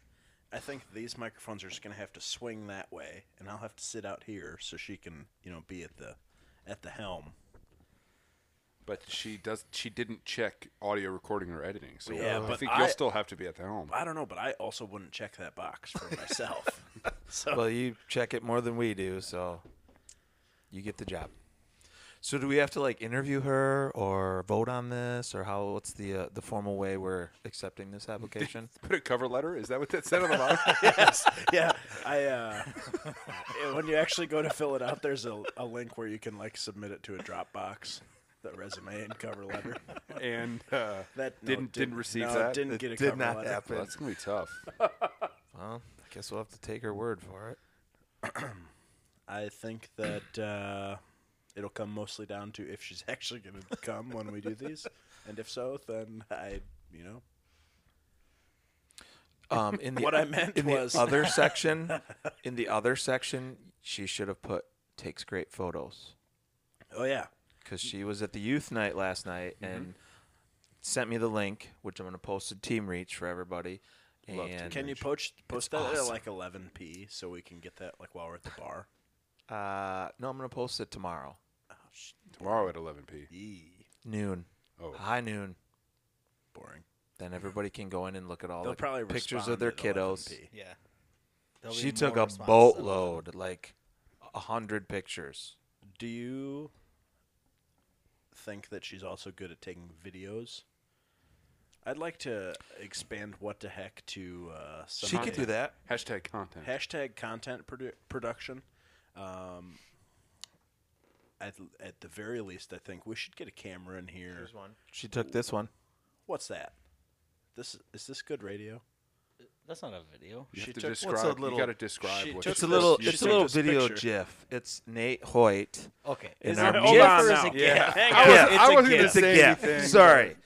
Speaker 1: I think these microphones are just going to have to swing that way, and I'll have to sit out here so she can, you know, be at the at the helm.
Speaker 2: But she does. She didn't check audio recording or editing, so
Speaker 1: Yeah,
Speaker 2: I
Speaker 1: but
Speaker 2: think
Speaker 1: I-
Speaker 2: you'll still have to be at the helm. *laughs*
Speaker 1: I don't know, but I also wouldn't check that box for myself. so
Speaker 3: Well, you check it more than we do, so you get the job. So do we have to like interview her or vote on this or how what's the uh, the formal way we're accepting this
Speaker 1: *laughs*
Speaker 3: application?
Speaker 2: Put a cover letter. Is that what that said on the bottom? *laughs*
Speaker 1: yes, yeah. I uh, *laughs* when you actually go to fill it out, there's a, a link where you can like submit it to a Dropbox, the resume and cover letter.
Speaker 2: and uh,
Speaker 1: That no,
Speaker 2: didn't didn't receive
Speaker 1: no,
Speaker 2: that.
Speaker 1: Didn't
Speaker 3: It
Speaker 1: get a
Speaker 3: did
Speaker 1: cover
Speaker 3: not
Speaker 1: letter.
Speaker 3: happen.
Speaker 2: Well, that's gonna be tough.
Speaker 3: well, I guess we'll have to take her word for it.
Speaker 1: I think that uh, it'll come mostly down to if she's *laughs* actually going to come when we do these, and if so, then I, you know,
Speaker 3: Um,
Speaker 1: *laughs*
Speaker 3: in the
Speaker 1: What I meant
Speaker 3: in
Speaker 1: was- *laughs*
Speaker 3: the other section, in the other section, she should have put takes great photos
Speaker 1: oh yeah,
Speaker 3: because she was at the youth night last night
Speaker 1: Mm-hmm.
Speaker 3: and sent me the link, which I'm gonna post to Team Reach for everybody.
Speaker 2: Love Team
Speaker 3: And
Speaker 1: can you post post that at
Speaker 3: awesome.
Speaker 1: like 11 p so we can get that like while we're at the bar?
Speaker 3: uh, no, I'm gonna post it tomorrow.
Speaker 2: Tomorrow at 11 p.
Speaker 1: Yee,
Speaker 3: noon,
Speaker 2: Oh.
Speaker 3: high noon.
Speaker 1: boring.
Speaker 3: Then everybody can go in and look at all
Speaker 1: They'll
Speaker 3: the
Speaker 1: probably
Speaker 3: pictures
Speaker 1: respond
Speaker 3: of their
Speaker 1: at 11
Speaker 3: kiddos.
Speaker 1: p.
Speaker 4: Yeah. There'll be
Speaker 3: She took
Speaker 4: more
Speaker 3: a
Speaker 4: responses.
Speaker 3: boatload, like a hundred pictures.
Speaker 1: Do you think that she's also good at taking videos? I'd like to expand what the heck to uh, some
Speaker 3: She could do that.
Speaker 2: Hashtag content.
Speaker 1: hashtag content produ- production. Um, at, at the very least, I think we should get a camera in here.
Speaker 3: She took this one.
Speaker 1: What's that? This is this good radio?
Speaker 4: That's not a video.
Speaker 2: You
Speaker 1: She
Speaker 2: have to
Speaker 1: took- what's
Speaker 2: describe.
Speaker 3: a
Speaker 2: you
Speaker 3: little-
Speaker 2: got to describe
Speaker 1: she
Speaker 2: what
Speaker 1: took
Speaker 2: she
Speaker 3: It's a
Speaker 1: this-
Speaker 3: little.
Speaker 1: she
Speaker 3: It's a
Speaker 1: took
Speaker 3: little
Speaker 1: this
Speaker 3: video
Speaker 1: picture.
Speaker 3: gif. It's Nate Hoyt.
Speaker 4: Okay.
Speaker 3: In
Speaker 4: Is
Speaker 3: our
Speaker 4: it a
Speaker 3: GIF
Speaker 4: GIF
Speaker 1: or
Speaker 4: or
Speaker 1: is
Speaker 4: is
Speaker 1: it
Speaker 4: it
Speaker 2: Yeah.
Speaker 4: GIF?
Speaker 2: I wasn't-
Speaker 4: It's
Speaker 2: I wasn't
Speaker 4: a
Speaker 2: gonna
Speaker 4: GIF.
Speaker 3: It's a
Speaker 2: say
Speaker 3: gif.
Speaker 2: anything,
Speaker 3: Sorry.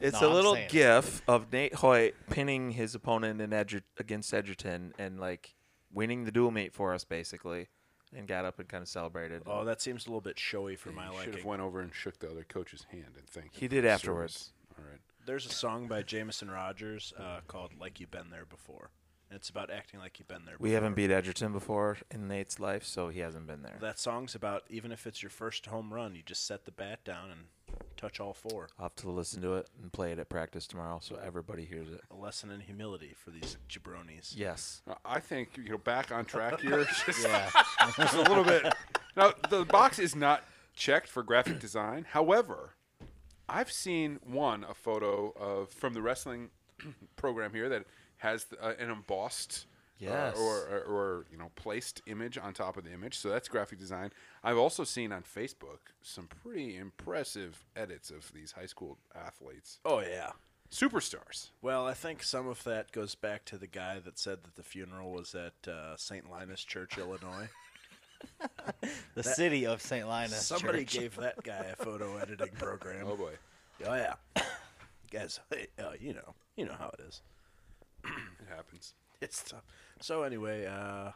Speaker 3: It's
Speaker 4: No,
Speaker 3: a
Speaker 4: I'm
Speaker 3: little
Speaker 4: saying it.
Speaker 3: gif of Nate Hoyt pinning his opponent in Edger- against Edgerton and like winning the dual meet for us basically, and got up and kind of celebrated.
Speaker 1: Oh, that seems a little bit showy for my
Speaker 2: should have
Speaker 1: liking.
Speaker 2: went over and shook the other coach's hand and thanked.
Speaker 3: He
Speaker 2: him
Speaker 3: did
Speaker 2: for his
Speaker 3: afterwards.
Speaker 2: service. All right.
Speaker 1: There's a song by Jameson Rogers uh, called "Like You've Been There Before," and it's about acting like you've been there.
Speaker 3: We
Speaker 1: before.
Speaker 3: haven't beat Edgerton before in Nate's life, so he hasn't been there.
Speaker 1: That song's about even if it's your first home run, you just set the bat down and touch all four.
Speaker 3: I'll have to listen to it and play it at practice tomorrow so everybody hears it.
Speaker 1: A lesson in humility for these jabronis.
Speaker 3: Yes.
Speaker 2: Uh, I think you know back on track here. Just,
Speaker 4: Yeah.
Speaker 2: *laughs* just a little bit. Now the box is not checked for graphic design. However, I've seen one a photo of from the wrestling *clears throat* program here that has uh, an embossed. uh,
Speaker 3: Yes.
Speaker 2: or, or, or you know placed image on top of the image so that's graphic design i've also seen on facebook some pretty impressive edits of these high school athletes
Speaker 1: Oh yeah.
Speaker 2: superstars
Speaker 1: Well, I think some of that goes back to the guy that said that the funeral was at uh, St. Linus Church, Illinois.
Speaker 4: The city of
Speaker 2: *laughs*
Speaker 4: St. Linus.
Speaker 1: Somebody
Speaker 4: Church.
Speaker 1: gave that guy a photo editing program.
Speaker 2: oh boy
Speaker 1: Oh yeah, *coughs* guys, hey, uh, you know, you know how it is.
Speaker 2: it happens
Speaker 1: It's tough. so anyway. Uh,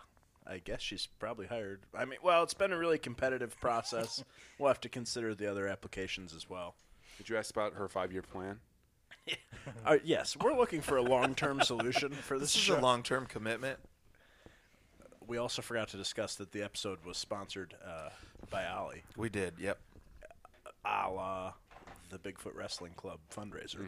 Speaker 1: I guess she's probably hired. I mean, well, it's been a really competitive process. we'll have to consider the other applications as well.
Speaker 2: did you ask about her five-year plan
Speaker 1: Uh, yes, we're looking for a long-term solution for this,
Speaker 3: This is
Speaker 1: show.
Speaker 3: a long term commitment.
Speaker 1: we also forgot to discuss that the episode was sponsored uh, by Ollie,
Speaker 3: We did, yep.
Speaker 1: a la the Bigfoot Wrestling Club fundraiser.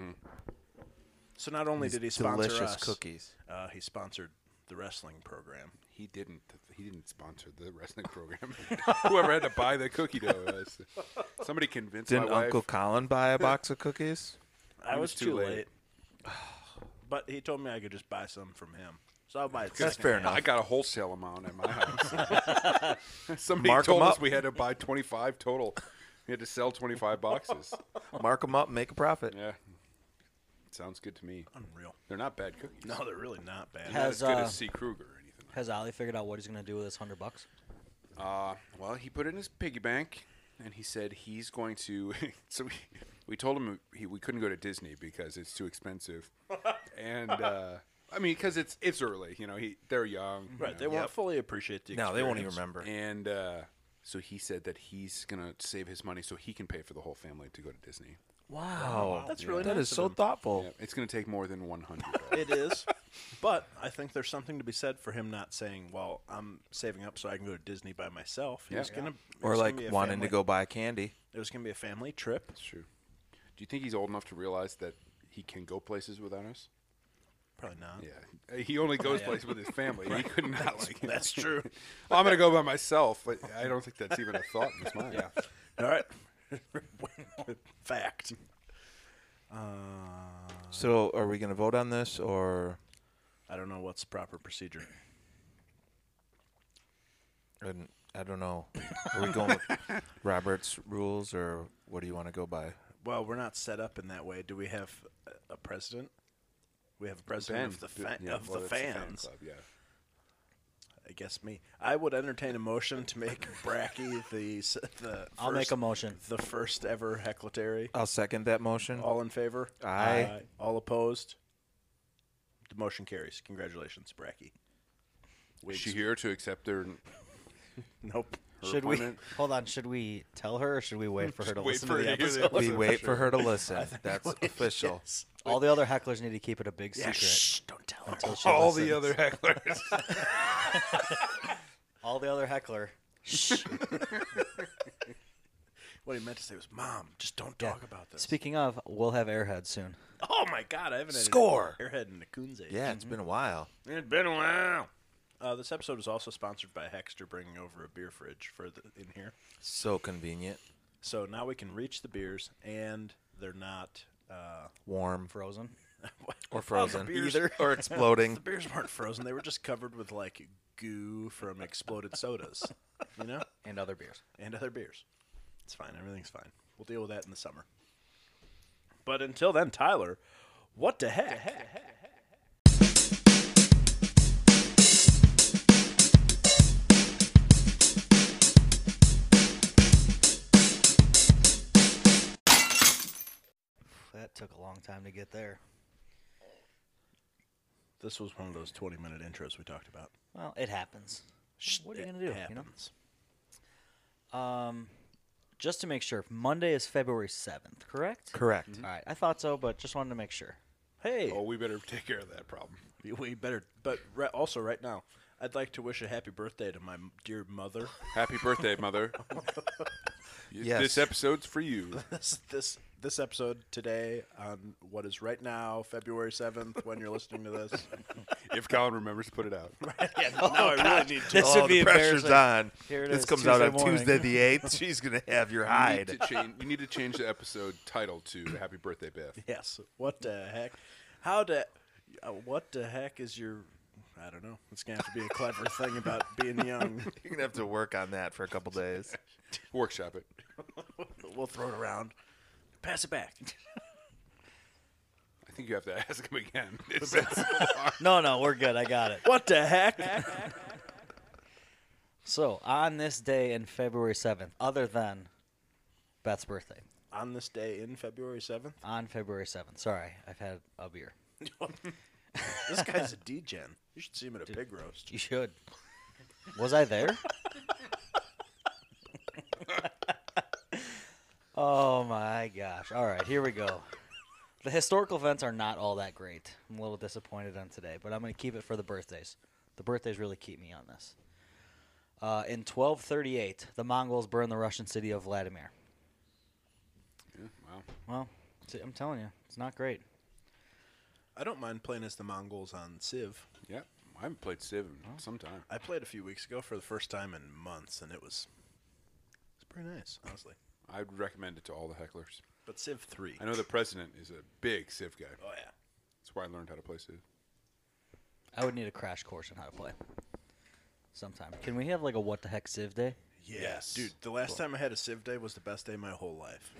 Speaker 1: So not only did he sponsor
Speaker 3: Mm-hmm. delicious
Speaker 1: us,
Speaker 3: cookies.
Speaker 1: uh, he sponsored the wrestling program.
Speaker 2: He didn't. He didn't sponsor the wrestling program. *laughs* Whoever had to buy the cookie dough. was- Somebody convinced
Speaker 3: Didn't
Speaker 2: my wife.
Speaker 3: Uncle Colin buy a box of cookies?
Speaker 1: I was, too late.
Speaker 2: late.
Speaker 1: *sighs* but he told me I could just buy some from him. So I'll buy it.
Speaker 3: That's
Speaker 1: second
Speaker 3: fair
Speaker 1: hand.
Speaker 3: enough.
Speaker 2: I got a wholesale amount at my house.
Speaker 3: *laughs*
Speaker 2: Somebody
Speaker 3: Mark 'em
Speaker 2: told us
Speaker 3: up.
Speaker 2: we had to buy 25 total. We had to sell 25 boxes.
Speaker 3: Mark them up, make a profit.
Speaker 2: Yeah, sounds good to me.
Speaker 1: Unreal.
Speaker 2: They're not bad cookies.
Speaker 1: No, they're really not bad.
Speaker 2: Not as
Speaker 4: Has,
Speaker 2: good
Speaker 4: uh,
Speaker 2: as C. Kruger or anything.
Speaker 4: Has Ali figured out what he's gonna do with his hundred bucks?
Speaker 2: Uh, well, he put it in his piggy bank, and he said he's going to. *laughs* so we, we told him he, we couldn't go to Disney because it's too expensive, and uh, I mean because it's it's early. You know, he they're young. you
Speaker 1: Right, they
Speaker 2: know.
Speaker 1: won't fully appreciate the.
Speaker 3: No, they won't even
Speaker 1: experience.
Speaker 3: remember.
Speaker 2: And uh, so he said that he's gonna save his money so he can pay for the whole family to go to Disney.
Speaker 3: Wow.
Speaker 1: That's really
Speaker 3: That
Speaker 1: nice
Speaker 3: is
Speaker 1: of
Speaker 3: so
Speaker 1: him.
Speaker 3: thoughtful.
Speaker 2: Yeah, it's gonna take more than one hundred.
Speaker 1: It
Speaker 3: *laughs*
Speaker 1: is, but I think there's something to be said for him not saying, "Well, I'm saving up so I can go to Disney by myself." He
Speaker 2: Yeah.
Speaker 1: was gonna, it
Speaker 3: Or
Speaker 1: was gonna
Speaker 3: like
Speaker 1: be a
Speaker 3: wanting
Speaker 1: family-
Speaker 3: to go buy candy.
Speaker 1: It was gonna be a family trip.
Speaker 2: That's true. Do you think he's old enough to realize that he can go places without us?
Speaker 1: Probably not.
Speaker 2: Yeah, he only goes places with his family. He could *laughs* not like.
Speaker 1: That's true.
Speaker 2: Well, I'm gonna go by myself. But I don't think that's even a thought in his mind. Yeah.
Speaker 1: All right. *laughs* Fact. Uh,
Speaker 3: So
Speaker 4: Uh-huh.
Speaker 3: are we going to vote on this or
Speaker 1: I don't know what's proper procedure.
Speaker 3: and I don't know. Are we going
Speaker 4: *laughs*
Speaker 3: with Robert's rules or what do you want to go by?
Speaker 1: Well, we're not set up in that way. Do we have a- a president? We have a president of the fa-
Speaker 2: yeah,
Speaker 1: of
Speaker 2: well,
Speaker 1: the
Speaker 2: that's fan
Speaker 1: fans.
Speaker 2: club, yeah.
Speaker 1: I guess me. I would entertain a motion to make Bracky the s- the. First,
Speaker 4: I'll make a motion.
Speaker 1: The first ever heckletary.
Speaker 3: I'll second that motion.
Speaker 4: Oh,
Speaker 1: All in favor?
Speaker 3: Um, Aye.
Speaker 1: All opposed? The motion carries. Congratulations, Bracky.
Speaker 2: Is she here to accept their
Speaker 1: Nope.
Speaker 4: should we
Speaker 2: appointment.
Speaker 4: *laughs* hold on? Should we tell her, or should we wait for
Speaker 2: *laughs*
Speaker 4: her to
Speaker 2: wait
Speaker 4: listen
Speaker 2: for
Speaker 4: to
Speaker 2: her
Speaker 4: the
Speaker 2: to hear the
Speaker 4: episode?
Speaker 3: we
Speaker 2: for
Speaker 3: wait
Speaker 2: sure.
Speaker 3: for her to listen. That's official.
Speaker 1: Yes.
Speaker 4: *laughs* All the other hecklers need to keep it a big
Speaker 1: Yeah,
Speaker 4: secret.
Speaker 1: shh, don't tell him.
Speaker 3: Oh.
Speaker 4: until she
Speaker 2: all the
Speaker 4: listens.
Speaker 2: other hecklers?
Speaker 4: all the other heckler. Shh.
Speaker 1: What he meant to say was, "Mom, just don't talk about this."
Speaker 4: Speaking of, we'll have Airhead soon.
Speaker 1: Oh my God, I haven't had an
Speaker 3: Score!
Speaker 1: airhead in the coons age.
Speaker 3: Yeah, it's
Speaker 4: Mm-hmm.
Speaker 3: been a while.
Speaker 2: it's been a while.
Speaker 1: Uh, this episode is also sponsored by Hexter bringing over a beer fridge for the, in here.
Speaker 3: So convenient.
Speaker 1: So now we can reach the beers, and they're not. Uh, *laughs*
Speaker 3: Warm
Speaker 4: Frozen.
Speaker 3: or frozen.
Speaker 1: beers-
Speaker 3: Either
Speaker 4: *laughs*
Speaker 3: or
Speaker 1: the
Speaker 3: exploding.
Speaker 1: beers weren't frozen; they were just covered with like goo from exploded sodas, you know,
Speaker 4: and other beers.
Speaker 1: and other beers. It's fine. Everything's fine. We'll deal with that in the summer. But until then, Tyler, what the heck?
Speaker 4: that took a long time to get there.
Speaker 1: This was one of those 20 minute intros we talked about.
Speaker 4: Well, it happens. What are you
Speaker 1: It
Speaker 4: gonna do? You know?
Speaker 1: Happens.
Speaker 4: Um, just to make sure, Monday is February seventh, correct?
Speaker 3: Correct.
Speaker 4: All right, I thought so, but just wanted to make *laughs* sure.
Speaker 1: Hey,
Speaker 2: Oh, we better take care of that problem.
Speaker 1: we- we better. But ri- also, right now, I'd like to wish a happy birthday to my m- dear
Speaker 4: *laughs*
Speaker 1: mother.
Speaker 2: Happy birthday, *laughs* mother. You-
Speaker 3: Yes.
Speaker 2: This episode's for you.
Speaker 1: this this this episode today on what is right now February seventh when you're listening to
Speaker 4: *laughs*
Speaker 1: this.
Speaker 2: If Colin remembers to put it out.
Speaker 1: yeah, now I really need to.
Speaker 3: *laughs*
Speaker 4: This
Speaker 3: oh,
Speaker 4: would be
Speaker 3: the pressure's
Speaker 4: embarrassing.
Speaker 3: on.
Speaker 4: Here it
Speaker 3: this
Speaker 4: is,
Speaker 3: comes out
Speaker 4: Tuesday
Speaker 3: on
Speaker 4: morning.
Speaker 3: Tuesday the eighth. She's gonna have
Speaker 4: *laughs*
Speaker 3: your
Speaker 2: You need,
Speaker 3: hide.
Speaker 2: to change, you need to change the episode title to Happy Birthday, Beth.
Speaker 1: Yes. What the heck? How the? Uh, what the heck is your? I don't know. It's gonna have to be a clever thing about being young.
Speaker 3: You're gonna have to work on that for a couple days.
Speaker 2: Workshop it.
Speaker 1: *laughs* We'll throw it around. Pass it back.
Speaker 2: I think you have to *laughs* ask him again. It's been so *laughs* long.
Speaker 4: *laughs* No, no, we're good. I got it.
Speaker 1: *laughs*
Speaker 4: *laughs*
Speaker 1: What the *laughs* heck?
Speaker 4: So on this day in February seventh, other than Beth's birthday,
Speaker 1: On this day in February *laughs* seventh,
Speaker 4: on February seventh. Sorry, I've had a beer.
Speaker 1: this guy's a degen. You should see him at a pig roast.
Speaker 4: You should. Was I there? *laughs* oh my gosh. All right, here we go. The historical events are not all that great. I'm a little disappointed on today, but I'm going to keep it for the birthdays. The birthdays really keep me on this. Uh, in 1238, the Mongols burned the Russian city of Vladimir.
Speaker 2: Yeah, wow.
Speaker 4: Well, see, I'm telling you, it's not great.
Speaker 1: I don't mind playing as the Mongols on Civ.
Speaker 2: Yeah. I haven't played Civ in some time.
Speaker 1: I played a few weeks ago for the first time in months, and it was it's pretty nice, honestly.
Speaker 2: I'd recommend it to all the hecklers.
Speaker 1: But Civ three.
Speaker 2: I know the president is a big Civ guy.
Speaker 1: Oh yeah.
Speaker 2: That's where I learned how to play Civ.
Speaker 4: I would need a crash course on how to play. Sometime. Can we have like a what the heck Civ day?
Speaker 1: Yeah,
Speaker 2: Yes.
Speaker 1: dude. The last time I had a Civ day was the best day of my whole life.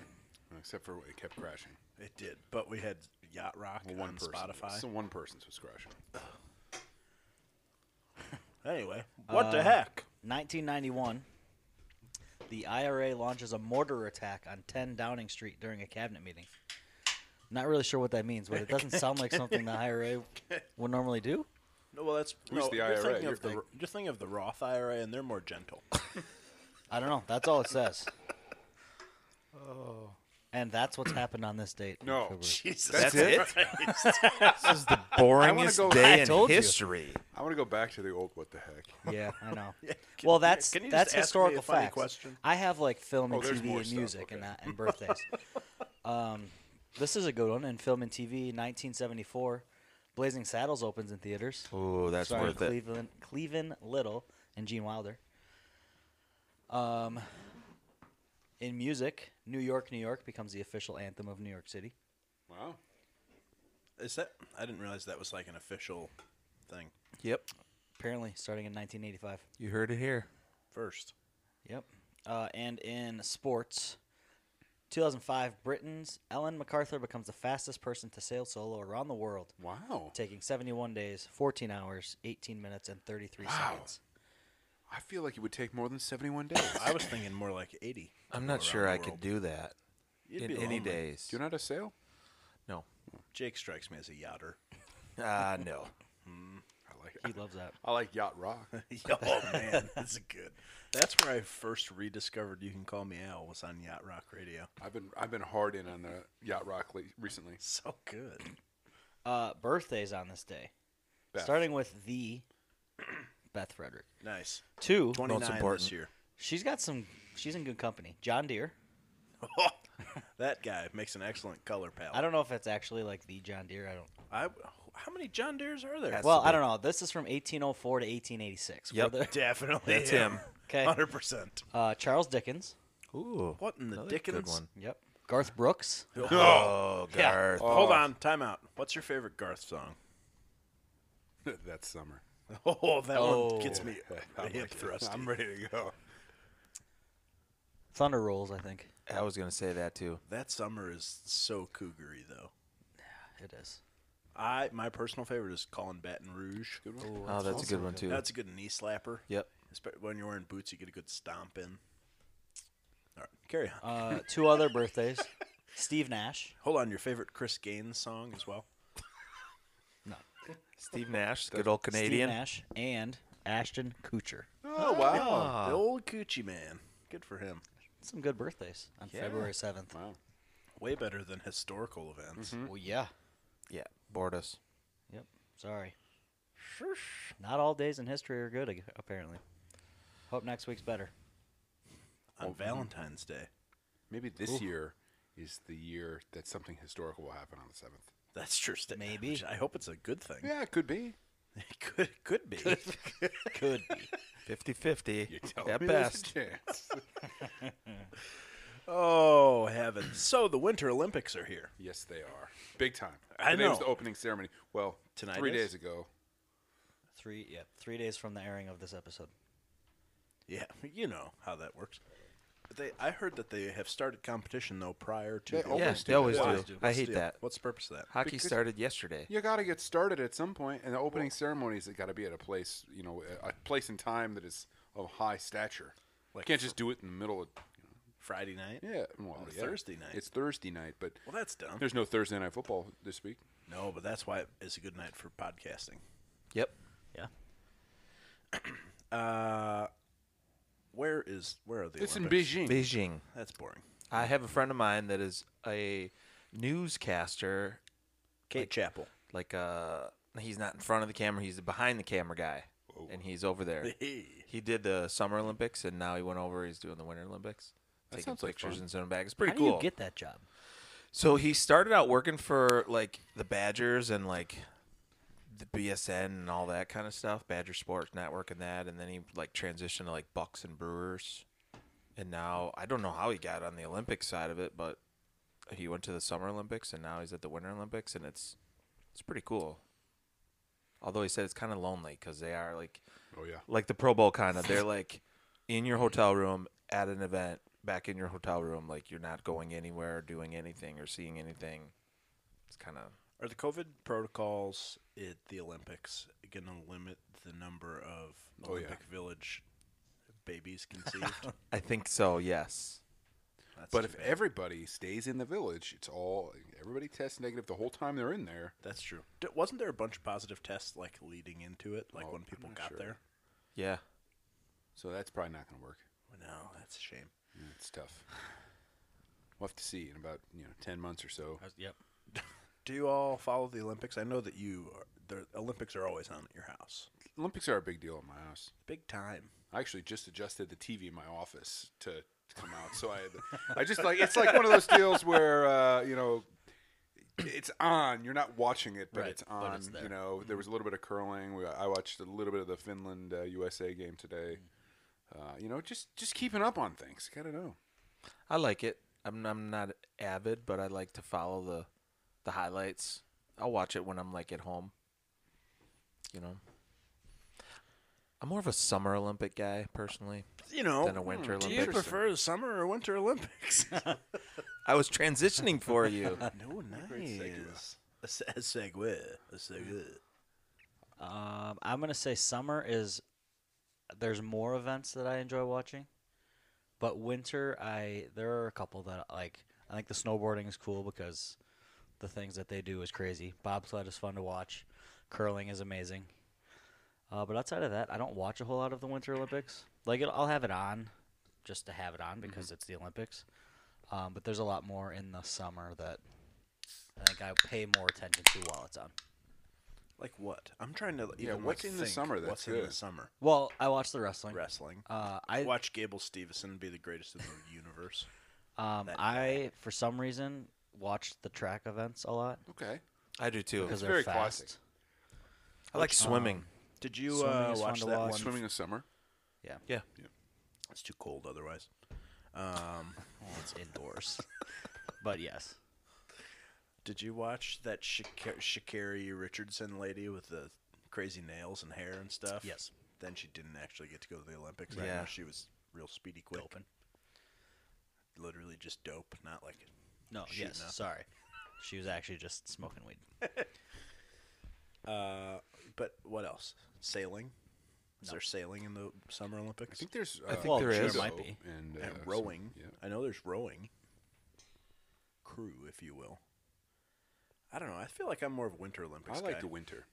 Speaker 2: Except for it kept crashing.
Speaker 1: It did, but we had Yacht Rock
Speaker 2: Well,
Speaker 1: on
Speaker 2: one person.
Speaker 1: Spotify.
Speaker 2: So one person's was crashing.
Speaker 1: anyway, what
Speaker 3: Uh,
Speaker 1: the heck?
Speaker 4: 1991, the IRA launches a mortar attack on 10 Downing Street during a cabinet meeting. Not really sure what that means, but it *laughs* doesn't sound like something the IRA would normally do.
Speaker 1: No, well, that's
Speaker 2: Who's
Speaker 1: no,
Speaker 2: the
Speaker 1: you're
Speaker 2: IRA?
Speaker 1: Thinking
Speaker 2: You're
Speaker 1: of the,
Speaker 2: think-
Speaker 1: you're thinking of the Roth IRA, and they're more gentle.
Speaker 4: I don't know. That's all it says. oh. And that's what's happened on this date. in
Speaker 2: No.
Speaker 1: *laughs*
Speaker 4: February.
Speaker 1: Jesus,
Speaker 3: That's it? *laughs* this is the boringest
Speaker 2: go- I
Speaker 3: day in
Speaker 4: told you.
Speaker 3: history.
Speaker 2: I want to go back to the old what the heck.
Speaker 1: *laughs*
Speaker 4: Yeah, I know. well, that's
Speaker 1: can you just
Speaker 4: that's
Speaker 1: ask me a
Speaker 4: historical
Speaker 1: funny
Speaker 4: facts.
Speaker 1: question?
Speaker 4: I have like film
Speaker 2: Oh,
Speaker 4: and
Speaker 2: there's
Speaker 4: TV
Speaker 2: more
Speaker 4: and
Speaker 2: stuff,
Speaker 4: music and
Speaker 2: okay.
Speaker 4: that
Speaker 1: *laughs*
Speaker 4: and birthdays. um, this is a good one. In film and TV, 1974, Blazing Saddles opens in theaters.
Speaker 1: Oh,
Speaker 3: Ooh, that's
Speaker 4: Starring
Speaker 3: worth it.
Speaker 4: Cleveland, Cleveland Little and Gene Wilder. Um, in music, New York, New York becomes the official anthem of New York City.
Speaker 2: Wow.
Speaker 1: Is that? I didn't realize that was like an official thing.
Speaker 3: Yep,
Speaker 4: Apparently, starting in 1985.
Speaker 3: you heard it here.
Speaker 1: First,
Speaker 4: Yep. Uh, and in sports, 2005, Britain's Ellen MacArthur becomes the fastest person to sail solo around the world,
Speaker 2: Wow.
Speaker 4: taking 71 days, 14 hours, 18 minutes, and 33
Speaker 2: Wow.
Speaker 4: seconds.
Speaker 2: I feel like it would take more than 71 days.
Speaker 1: *laughs*
Speaker 2: Do
Speaker 1: I was thinking more like eighty.
Speaker 3: I'm not
Speaker 1: around
Speaker 3: sure
Speaker 1: the
Speaker 3: I
Speaker 1: world.
Speaker 3: could do that
Speaker 1: You'd
Speaker 3: in
Speaker 1: be
Speaker 3: any
Speaker 1: lonely.
Speaker 3: days.
Speaker 2: you know how to sail?
Speaker 3: no,
Speaker 1: Jake strikes me as a *laughs* yachter.
Speaker 3: ah, no.
Speaker 2: I like
Speaker 4: He loves that.
Speaker 2: I like yacht rock.
Speaker 1: oh *laughs* man, that's good. That's where I first rediscovered "You Can Call Me Al" was on Yacht Rock Radio. *laughs*
Speaker 2: I've been I've been hard in on the yacht rock le- recently.
Speaker 1: So good.
Speaker 4: Uh, birthdays on this day.
Speaker 2: Beth.
Speaker 4: Starting with
Speaker 3: *clears throat*
Speaker 4: the Beth Frederick.
Speaker 1: Nice.
Speaker 4: Two,
Speaker 1: Twenty nine
Speaker 3: important.
Speaker 1: this year.
Speaker 4: she's got some, she's in good company. John Deere.
Speaker 1: that guy makes an excellent color palette.
Speaker 4: I don't know if it's actually like the John Deere. I don't.
Speaker 1: I, how many John Deeres are there?
Speaker 3: That's
Speaker 4: Well,
Speaker 3: the
Speaker 4: I
Speaker 3: big-
Speaker 4: don't know. This is from 1804 to 1886.
Speaker 3: Yep.
Speaker 4: Whether-
Speaker 1: definitely
Speaker 3: That's him.
Speaker 1: *laughs*
Speaker 4: Okay.
Speaker 1: Hundred percent.
Speaker 4: Uh, Charles Dickens.
Speaker 3: Ooh,
Speaker 1: What in the
Speaker 3: another Good
Speaker 1: Dickens?
Speaker 3: one.
Speaker 4: Yep. Garth Brooks.
Speaker 3: Oh,
Speaker 4: Yeah.
Speaker 3: Garth.
Speaker 1: Hold on, time out. What's your favorite Garth song?
Speaker 2: *laughs* That's summer.
Speaker 1: Oh, that
Speaker 4: Oh.
Speaker 1: one gets *laughs* me
Speaker 2: I'm
Speaker 1: hip
Speaker 2: like,
Speaker 1: thrusty.
Speaker 2: I'm ready to go.
Speaker 4: Thunder Rolls, I think.
Speaker 3: I was gonna say that too.
Speaker 1: That summer is so cougary though.
Speaker 4: It is.
Speaker 1: I my personal favorite is Colin Baton Rouge.
Speaker 2: Good one.
Speaker 3: Oh, that's a good one too.
Speaker 1: That's a good knee slapper.
Speaker 3: Yep.
Speaker 1: Espe- when you're wearing boots, you get a good stomp in. All right, carry on.
Speaker 4: Uh, two other birthdays. Steve Nash.
Speaker 1: Hold on, your favorite Chris Gaines song as well?
Speaker 4: No.
Speaker 3: Steve Nash, good old Canadian.
Speaker 4: Steve Nash and Ashton Kutcher.
Speaker 1: Oh, wow. The old Gucci Man. Good for him.
Speaker 4: Some good birthdays on
Speaker 3: Yeah.
Speaker 4: February 7th.
Speaker 2: Wow.
Speaker 1: Way better than historical events.
Speaker 4: Well, Oh, yeah.
Speaker 3: Yeah, bored us.
Speaker 4: Yep. Sorry. Not all days in history are good, ag- apparently. Hope next week's better.
Speaker 1: On Valentine's Day.
Speaker 2: Maybe this year is the year that something historical will happen on the seventh.
Speaker 1: That's true. sta-
Speaker 4: Maybe.
Speaker 1: which I hope it's a good thing.
Speaker 2: Yeah, it could be.
Speaker 1: It *laughs* could, could be.
Speaker 4: Could be.
Speaker 3: 50 50
Speaker 2: You tell
Speaker 3: at
Speaker 2: me *laughs*
Speaker 3: best.
Speaker 2: There's a chance.
Speaker 1: *laughs* oh, heavens. So the Winter Olympics are here.
Speaker 2: yes, they are big time.
Speaker 1: I
Speaker 2: Today was
Speaker 1: know.
Speaker 2: the opening ceremony. Well,
Speaker 1: Tonight
Speaker 2: three
Speaker 1: is?
Speaker 2: days ago.
Speaker 4: Three, yeah, three days from the airing of this episode.
Speaker 1: Yeah, you know how that works. But they, I heard that they have started competition though prior to.
Speaker 2: They
Speaker 1: the
Speaker 2: always
Speaker 3: Yeah,
Speaker 1: Olympics.
Speaker 2: do
Speaker 3: they always
Speaker 2: that.
Speaker 1: Why?
Speaker 3: do.
Speaker 2: Always
Speaker 3: I
Speaker 1: What's the
Speaker 3: hate
Speaker 1: deal?
Speaker 3: that.
Speaker 1: What's the purpose of that?
Speaker 3: Hockey
Speaker 2: Because-
Speaker 3: started yesterday.
Speaker 2: You got to get started at some point, and the opening ceremonies it got to be at a place, you know, a a place and time that is of high stature.
Speaker 1: Like
Speaker 2: Can't
Speaker 1: fr-
Speaker 2: just do it in the middle of,
Speaker 1: Friday night.
Speaker 2: you know, yeah, well,
Speaker 1: On
Speaker 2: yeah.
Speaker 1: Thursday night.
Speaker 2: It's Thursday night, but
Speaker 1: Well, that's dumb.
Speaker 2: there's no Thursday night football this week.
Speaker 1: No, but that's why it's a good night for podcasting.
Speaker 3: Yep.
Speaker 4: Yeah.
Speaker 1: Uh, where is where are the?
Speaker 2: It's in
Speaker 1: Olympics?
Speaker 2: Beijing.
Speaker 3: Beijing.
Speaker 1: That's boring.
Speaker 3: I have a friend of mine that is a newscaster.
Speaker 1: Kate Chapel.
Speaker 3: Like, uh, he's not in front of the camera. He's the behind the camera guy, and he's
Speaker 1: *laughs*
Speaker 3: over there.
Speaker 1: Hey.
Speaker 3: He did the Summer Olympics, and now he went over. He's doing the Winter Olympics,
Speaker 2: That
Speaker 3: taking
Speaker 2: sounds like
Speaker 3: pictures
Speaker 2: fun.
Speaker 3: and sending back. It's pretty
Speaker 4: How
Speaker 3: cool.
Speaker 4: do you get that job?
Speaker 3: So he started out working for like the Badgers and like the BSN and all that kind of stuff, Badger Sports Network and that, and then he like transitioned to like Bucks and Brewers. And now I don't know how he got on the Olympic side of it, but he went to the Summer Olympics and now he's at the Winter Olympics and it's it's pretty cool. Although he said it's kind of lonely cuz they are like
Speaker 2: Oh yeah,
Speaker 3: like the Pro Bowl kind of. *laughs* They're like in your hotel room at an event, back in your hotel room. Like you're not going anywhere, or doing anything, or seeing anything. It's kind of
Speaker 1: Are the COVID protocols at the Olympics going to limit the number of
Speaker 2: Oh, yeah.
Speaker 1: Olympic Village
Speaker 2: *laughs*
Speaker 1: babies conceived?
Speaker 3: I think so. Yes.
Speaker 1: That's
Speaker 2: but
Speaker 1: too
Speaker 2: if
Speaker 1: bad.
Speaker 2: everybody stays in the village, it's all everybody tests negative the whole time they're in there.
Speaker 1: that's true, D- wasn't there a bunch of positive tests like leading into it, like
Speaker 2: Oh,
Speaker 1: when
Speaker 2: I'm
Speaker 1: people
Speaker 2: not
Speaker 1: got
Speaker 2: sure.
Speaker 1: there?
Speaker 3: Yeah.
Speaker 2: So that's probably not going to work.
Speaker 1: No, that's a shame.
Speaker 2: Yeah, It's tough. We'll have to see in about you know ten months or so.
Speaker 4: yep.
Speaker 1: Do you all follow the Olympics? I know that you are, the Olympics are always on at your house.
Speaker 2: Olympics are a big deal at my house.
Speaker 1: Big time.
Speaker 2: I actually just adjusted the TV in my office to, to come out. So I, had the- I just like it's like one of those deals where uh, you know it's on. You're not watching it, but
Speaker 4: Right,
Speaker 2: it's on.
Speaker 4: but it's there. Mm-hmm.
Speaker 2: You know, there was a little bit of curling. We, I watched a little bit of the Finland uh, USA game
Speaker 4: Mm.
Speaker 2: today. Uh, you know, just just keeping up on things. Gotta know.
Speaker 3: I like it. I'm I'm not avid, but I like to follow the the highlights. I'll watch it when I'm like at home. You know. I'm more of a summer Olympic guy personally
Speaker 1: You know, hmm,
Speaker 3: than a winter
Speaker 1: do
Speaker 3: Olympic.
Speaker 1: you prefer the summer or winter
Speaker 2: *laughs*
Speaker 1: Olympics?
Speaker 3: I was transitioning for *laughs* you.
Speaker 1: no,
Speaker 2: segue.
Speaker 1: nice. A se- a segue. A segue.
Speaker 4: Um, I'm gonna say summer is. There's more events that I enjoy watching, but winter, I there are a couple that like. I think the snowboarding is cool because the things that they do is crazy. Bobsled is fun to watch. Curling is amazing. Uh, but outside of that, I don't watch a whole lot of the Winter Olympics. Like, it, I'll have it on just to have it on because it's the Olympics. Um, but there's a lot more in the summer that I think I pay more attention to while it's on.
Speaker 1: Like what? I'm trying to. Even
Speaker 2: Yeah, what's
Speaker 1: like,
Speaker 2: in the
Speaker 1: think
Speaker 2: summer that's
Speaker 1: What's in the
Speaker 2: good?
Speaker 1: summer?
Speaker 4: Well, I watch the wrestling.
Speaker 1: Wrestling.
Speaker 4: Uh, I
Speaker 1: Watch Gable Stevenson be the greatest in the *laughs* universe.
Speaker 4: um, I for some reason watched the track events a lot
Speaker 2: Okay.
Speaker 3: I do too.
Speaker 4: because
Speaker 2: It's
Speaker 4: they're
Speaker 2: very
Speaker 4: fast.
Speaker 2: classic.
Speaker 3: I like swimming.
Speaker 1: Did you
Speaker 4: Swimming
Speaker 1: uh,
Speaker 4: is fun
Speaker 1: watch
Speaker 4: to
Speaker 1: that
Speaker 4: watch.
Speaker 1: one?
Speaker 2: Swimming this summer.
Speaker 4: Yeah,
Speaker 3: yeah.
Speaker 1: It's too cold otherwise. Um,
Speaker 4: well, Oh, it's indoors, *laughs* but yes,
Speaker 1: did you watch that Shaka- Shakari Richardson lady with the crazy nails and hair and stuff?
Speaker 4: Yes.
Speaker 1: Then she didn't actually get to go to the Olympics. I
Speaker 3: Yeah.
Speaker 1: know she was real speedy quick.
Speaker 4: Doping.
Speaker 1: Literally just dope, not like.
Speaker 4: no,
Speaker 1: Shooting
Speaker 4: yes,
Speaker 1: up.
Speaker 4: sorry, she was actually just smoking weed.
Speaker 1: Uh, but what else? Sailing. Is there sailing in the Summer Olympics?
Speaker 2: I think there's. Uh,
Speaker 3: think Well, there
Speaker 4: there
Speaker 3: is.
Speaker 4: might be.
Speaker 2: And, uh,
Speaker 1: and
Speaker 2: some-
Speaker 1: rowing.
Speaker 2: yeah.
Speaker 1: I know there's rowing. crew, if you will. I don't know. I feel like I'm more of a Winter Olympics
Speaker 2: I like
Speaker 1: guy.
Speaker 2: the winter.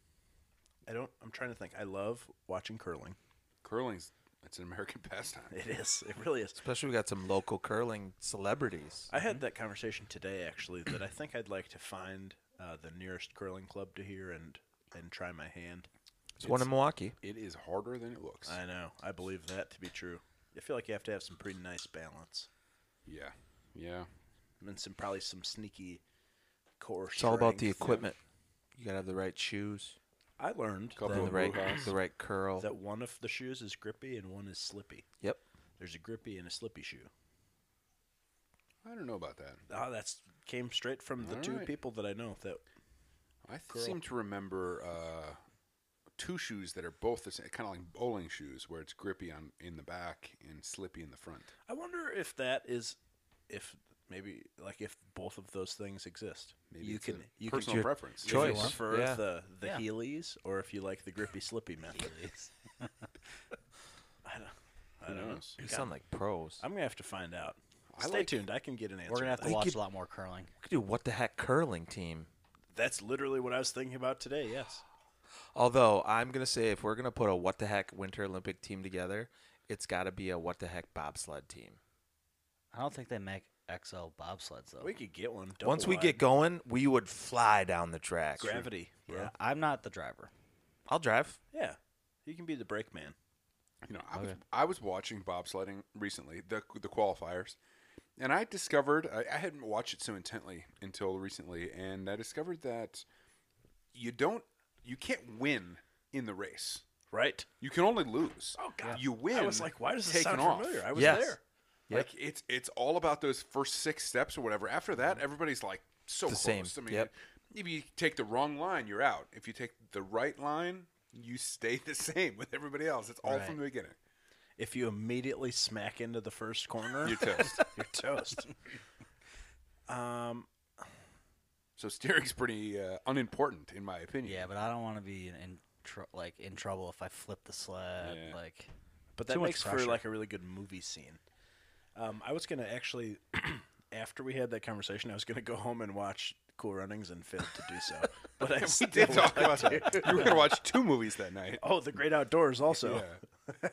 Speaker 1: I don't. I'm trying to think. I love watching curling. *laughs*
Speaker 2: Curling's it's an American *laughs* pastime.
Speaker 1: It is. It really is.
Speaker 3: Especially we got some local curling celebrities.
Speaker 1: I had that conversation today, actually, that I think I'd like to find uh, the nearest curling club to here and and try my hand.
Speaker 3: It's one in Milwaukee.
Speaker 2: It is harder than it looks.
Speaker 1: I know. I believe that to be true. I feel like you have to have some pretty nice balance
Speaker 2: yeah, yeah.
Speaker 1: and some probably some sneaky core.
Speaker 3: It's all about the
Speaker 1: strength.
Speaker 3: equipment. You gotta have the right shoes,
Speaker 1: I learned
Speaker 2: Couple
Speaker 3: and
Speaker 1: that,
Speaker 3: the right,
Speaker 2: Blue house.
Speaker 3: the right curl.
Speaker 1: that one of the shoes is grippy and one is slippy.
Speaker 3: Yep.
Speaker 1: There's a grippy and a slippy shoe.
Speaker 2: I don't know about that.
Speaker 1: Oh, that's came straight from the
Speaker 2: All
Speaker 1: two
Speaker 2: right.
Speaker 1: people that I know. That
Speaker 2: I th- seem to remember uh, two shoes that are both the same, kind of like bowling shoes, where it's grippy on in the back and slippy in the front.
Speaker 1: I wonder if that is, if maybe like if both of those things exist.
Speaker 2: Maybe
Speaker 1: you
Speaker 2: it's
Speaker 1: can
Speaker 2: a
Speaker 1: you can
Speaker 2: personal
Speaker 3: your
Speaker 2: preference.
Speaker 1: if you
Speaker 3: choice.
Speaker 1: prefer
Speaker 3: Yeah.
Speaker 1: the the
Speaker 4: Yeah.
Speaker 1: Heelys or if you like the grippy slippy method. *laughs* I don't. I
Speaker 2: Who
Speaker 1: don't know.
Speaker 2: knows?
Speaker 3: You sound like pros.
Speaker 1: I'm gonna have to find out.
Speaker 2: I
Speaker 1: Stay
Speaker 2: like-
Speaker 1: tuned. I can get an answer.
Speaker 4: We're gonna have to
Speaker 1: that.
Speaker 3: I
Speaker 4: watch
Speaker 3: could-
Speaker 4: a lot more curling.
Speaker 3: We could do what the heck curling team.
Speaker 1: That's literally what I was thinking about today. Yes.
Speaker 3: Although I'm gonna say if we're gonna put a what the heck Winter Olympic team together, it's gotta be a what the heck bobsled team.
Speaker 4: I don't think they make XL bobsleds though.
Speaker 1: We could get one.
Speaker 3: Once we get going, we would fly down the track.
Speaker 1: gravity, bro. Yeah.
Speaker 4: I'm not the driver.
Speaker 3: I'll drive.
Speaker 1: yeah, you can be the brake man.
Speaker 2: You know, I was I was watching bobsledding recently, the the qualifiers, and I discovered I, I hadn't watched it so intently until recently, and I discovered that you don't you can't win in the race.
Speaker 1: Right.
Speaker 2: You can only lose.
Speaker 1: Oh, God.
Speaker 2: You win.
Speaker 1: I was like, why does this
Speaker 2: taking
Speaker 1: sound
Speaker 2: off.
Speaker 1: familiar? I was
Speaker 3: Yes.
Speaker 1: there.
Speaker 2: Like it's it's all about those first six steps or whatever. After that, everybody's like so
Speaker 3: Mm-hmm. The same.
Speaker 2: close. I mean,
Speaker 3: Yep.
Speaker 2: if you take the wrong line, you're out. If you take the right line, you stay the same with everybody else. It's all from the beginning.
Speaker 1: If you immediately smack into the first corner, *laughs*
Speaker 2: You're
Speaker 3: *laughs*
Speaker 2: toast.
Speaker 1: you're toast.
Speaker 2: so steering's pretty uh, unimportant in my opinion.
Speaker 4: Yeah, but I don't want to be in, in tr- like in trouble if I flip the sled.
Speaker 2: Yeah.
Speaker 4: Like,
Speaker 1: But that
Speaker 4: Too much
Speaker 1: makes for
Speaker 4: pressure.
Speaker 1: like a really good movie scene. Um, I was gonna actually, *clears throat* after we had that conversation, I was gonna go home and watch Cool Runnings and failed to do so. But *laughs* I
Speaker 2: We
Speaker 1: still
Speaker 3: *laughs*
Speaker 2: did
Speaker 1: would
Speaker 2: talk
Speaker 1: like
Speaker 2: about
Speaker 1: to-
Speaker 2: that. You were gonna watch two movies that night.
Speaker 1: *laughs* Oh, The Great Outdoors also.
Speaker 2: Yeah.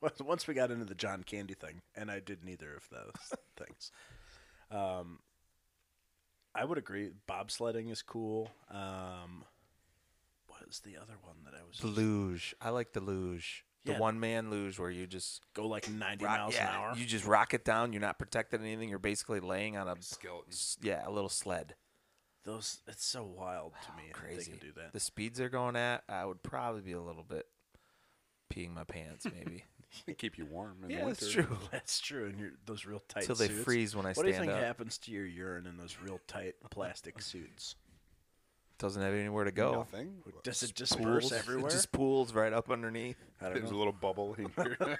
Speaker 1: Once- *laughs* Once we got into the John Candy thing, and I did neither of those *laughs* things. Um, I would agree. Bobsledding is cool. Um, what is the other one that I was
Speaker 3: The luge. I like the luge.
Speaker 1: Yeah.
Speaker 3: The one man luge where you just
Speaker 1: go like ninety
Speaker 3: rock,
Speaker 1: miles
Speaker 3: yeah,
Speaker 1: an hour?
Speaker 3: You just rock it down. You're not protected or anything. You're basically laying on a
Speaker 2: Skeleton.
Speaker 3: s- yeah, a little sled.
Speaker 1: Those it's so wild to
Speaker 3: *sighs*
Speaker 1: me. that
Speaker 3: Crazy.
Speaker 1: they can do that.
Speaker 3: The speeds they're going at, I would probably be a little bit peeing my pants, maybe.
Speaker 2: They keep you warm in *laughs*
Speaker 3: yeah,
Speaker 2: the winter.
Speaker 3: that's true.
Speaker 1: *laughs*
Speaker 3: *laughs*
Speaker 1: That's true, and you're, those real tight.
Speaker 3: Till they
Speaker 1: suits.
Speaker 3: freeze when I
Speaker 1: what do you
Speaker 3: stand
Speaker 1: think
Speaker 3: up.
Speaker 1: happens to your urine in those real
Speaker 3: *laughs*
Speaker 1: tight plastic suits?
Speaker 3: Doesn't have anywhere to go.
Speaker 2: Nothing.
Speaker 1: Does it disperse
Speaker 3: Pools.
Speaker 1: everywhere?
Speaker 3: It just pools right up underneath.
Speaker 1: I don't
Speaker 2: There's a
Speaker 1: know.
Speaker 2: little bubble
Speaker 3: *laughs*
Speaker 2: in here.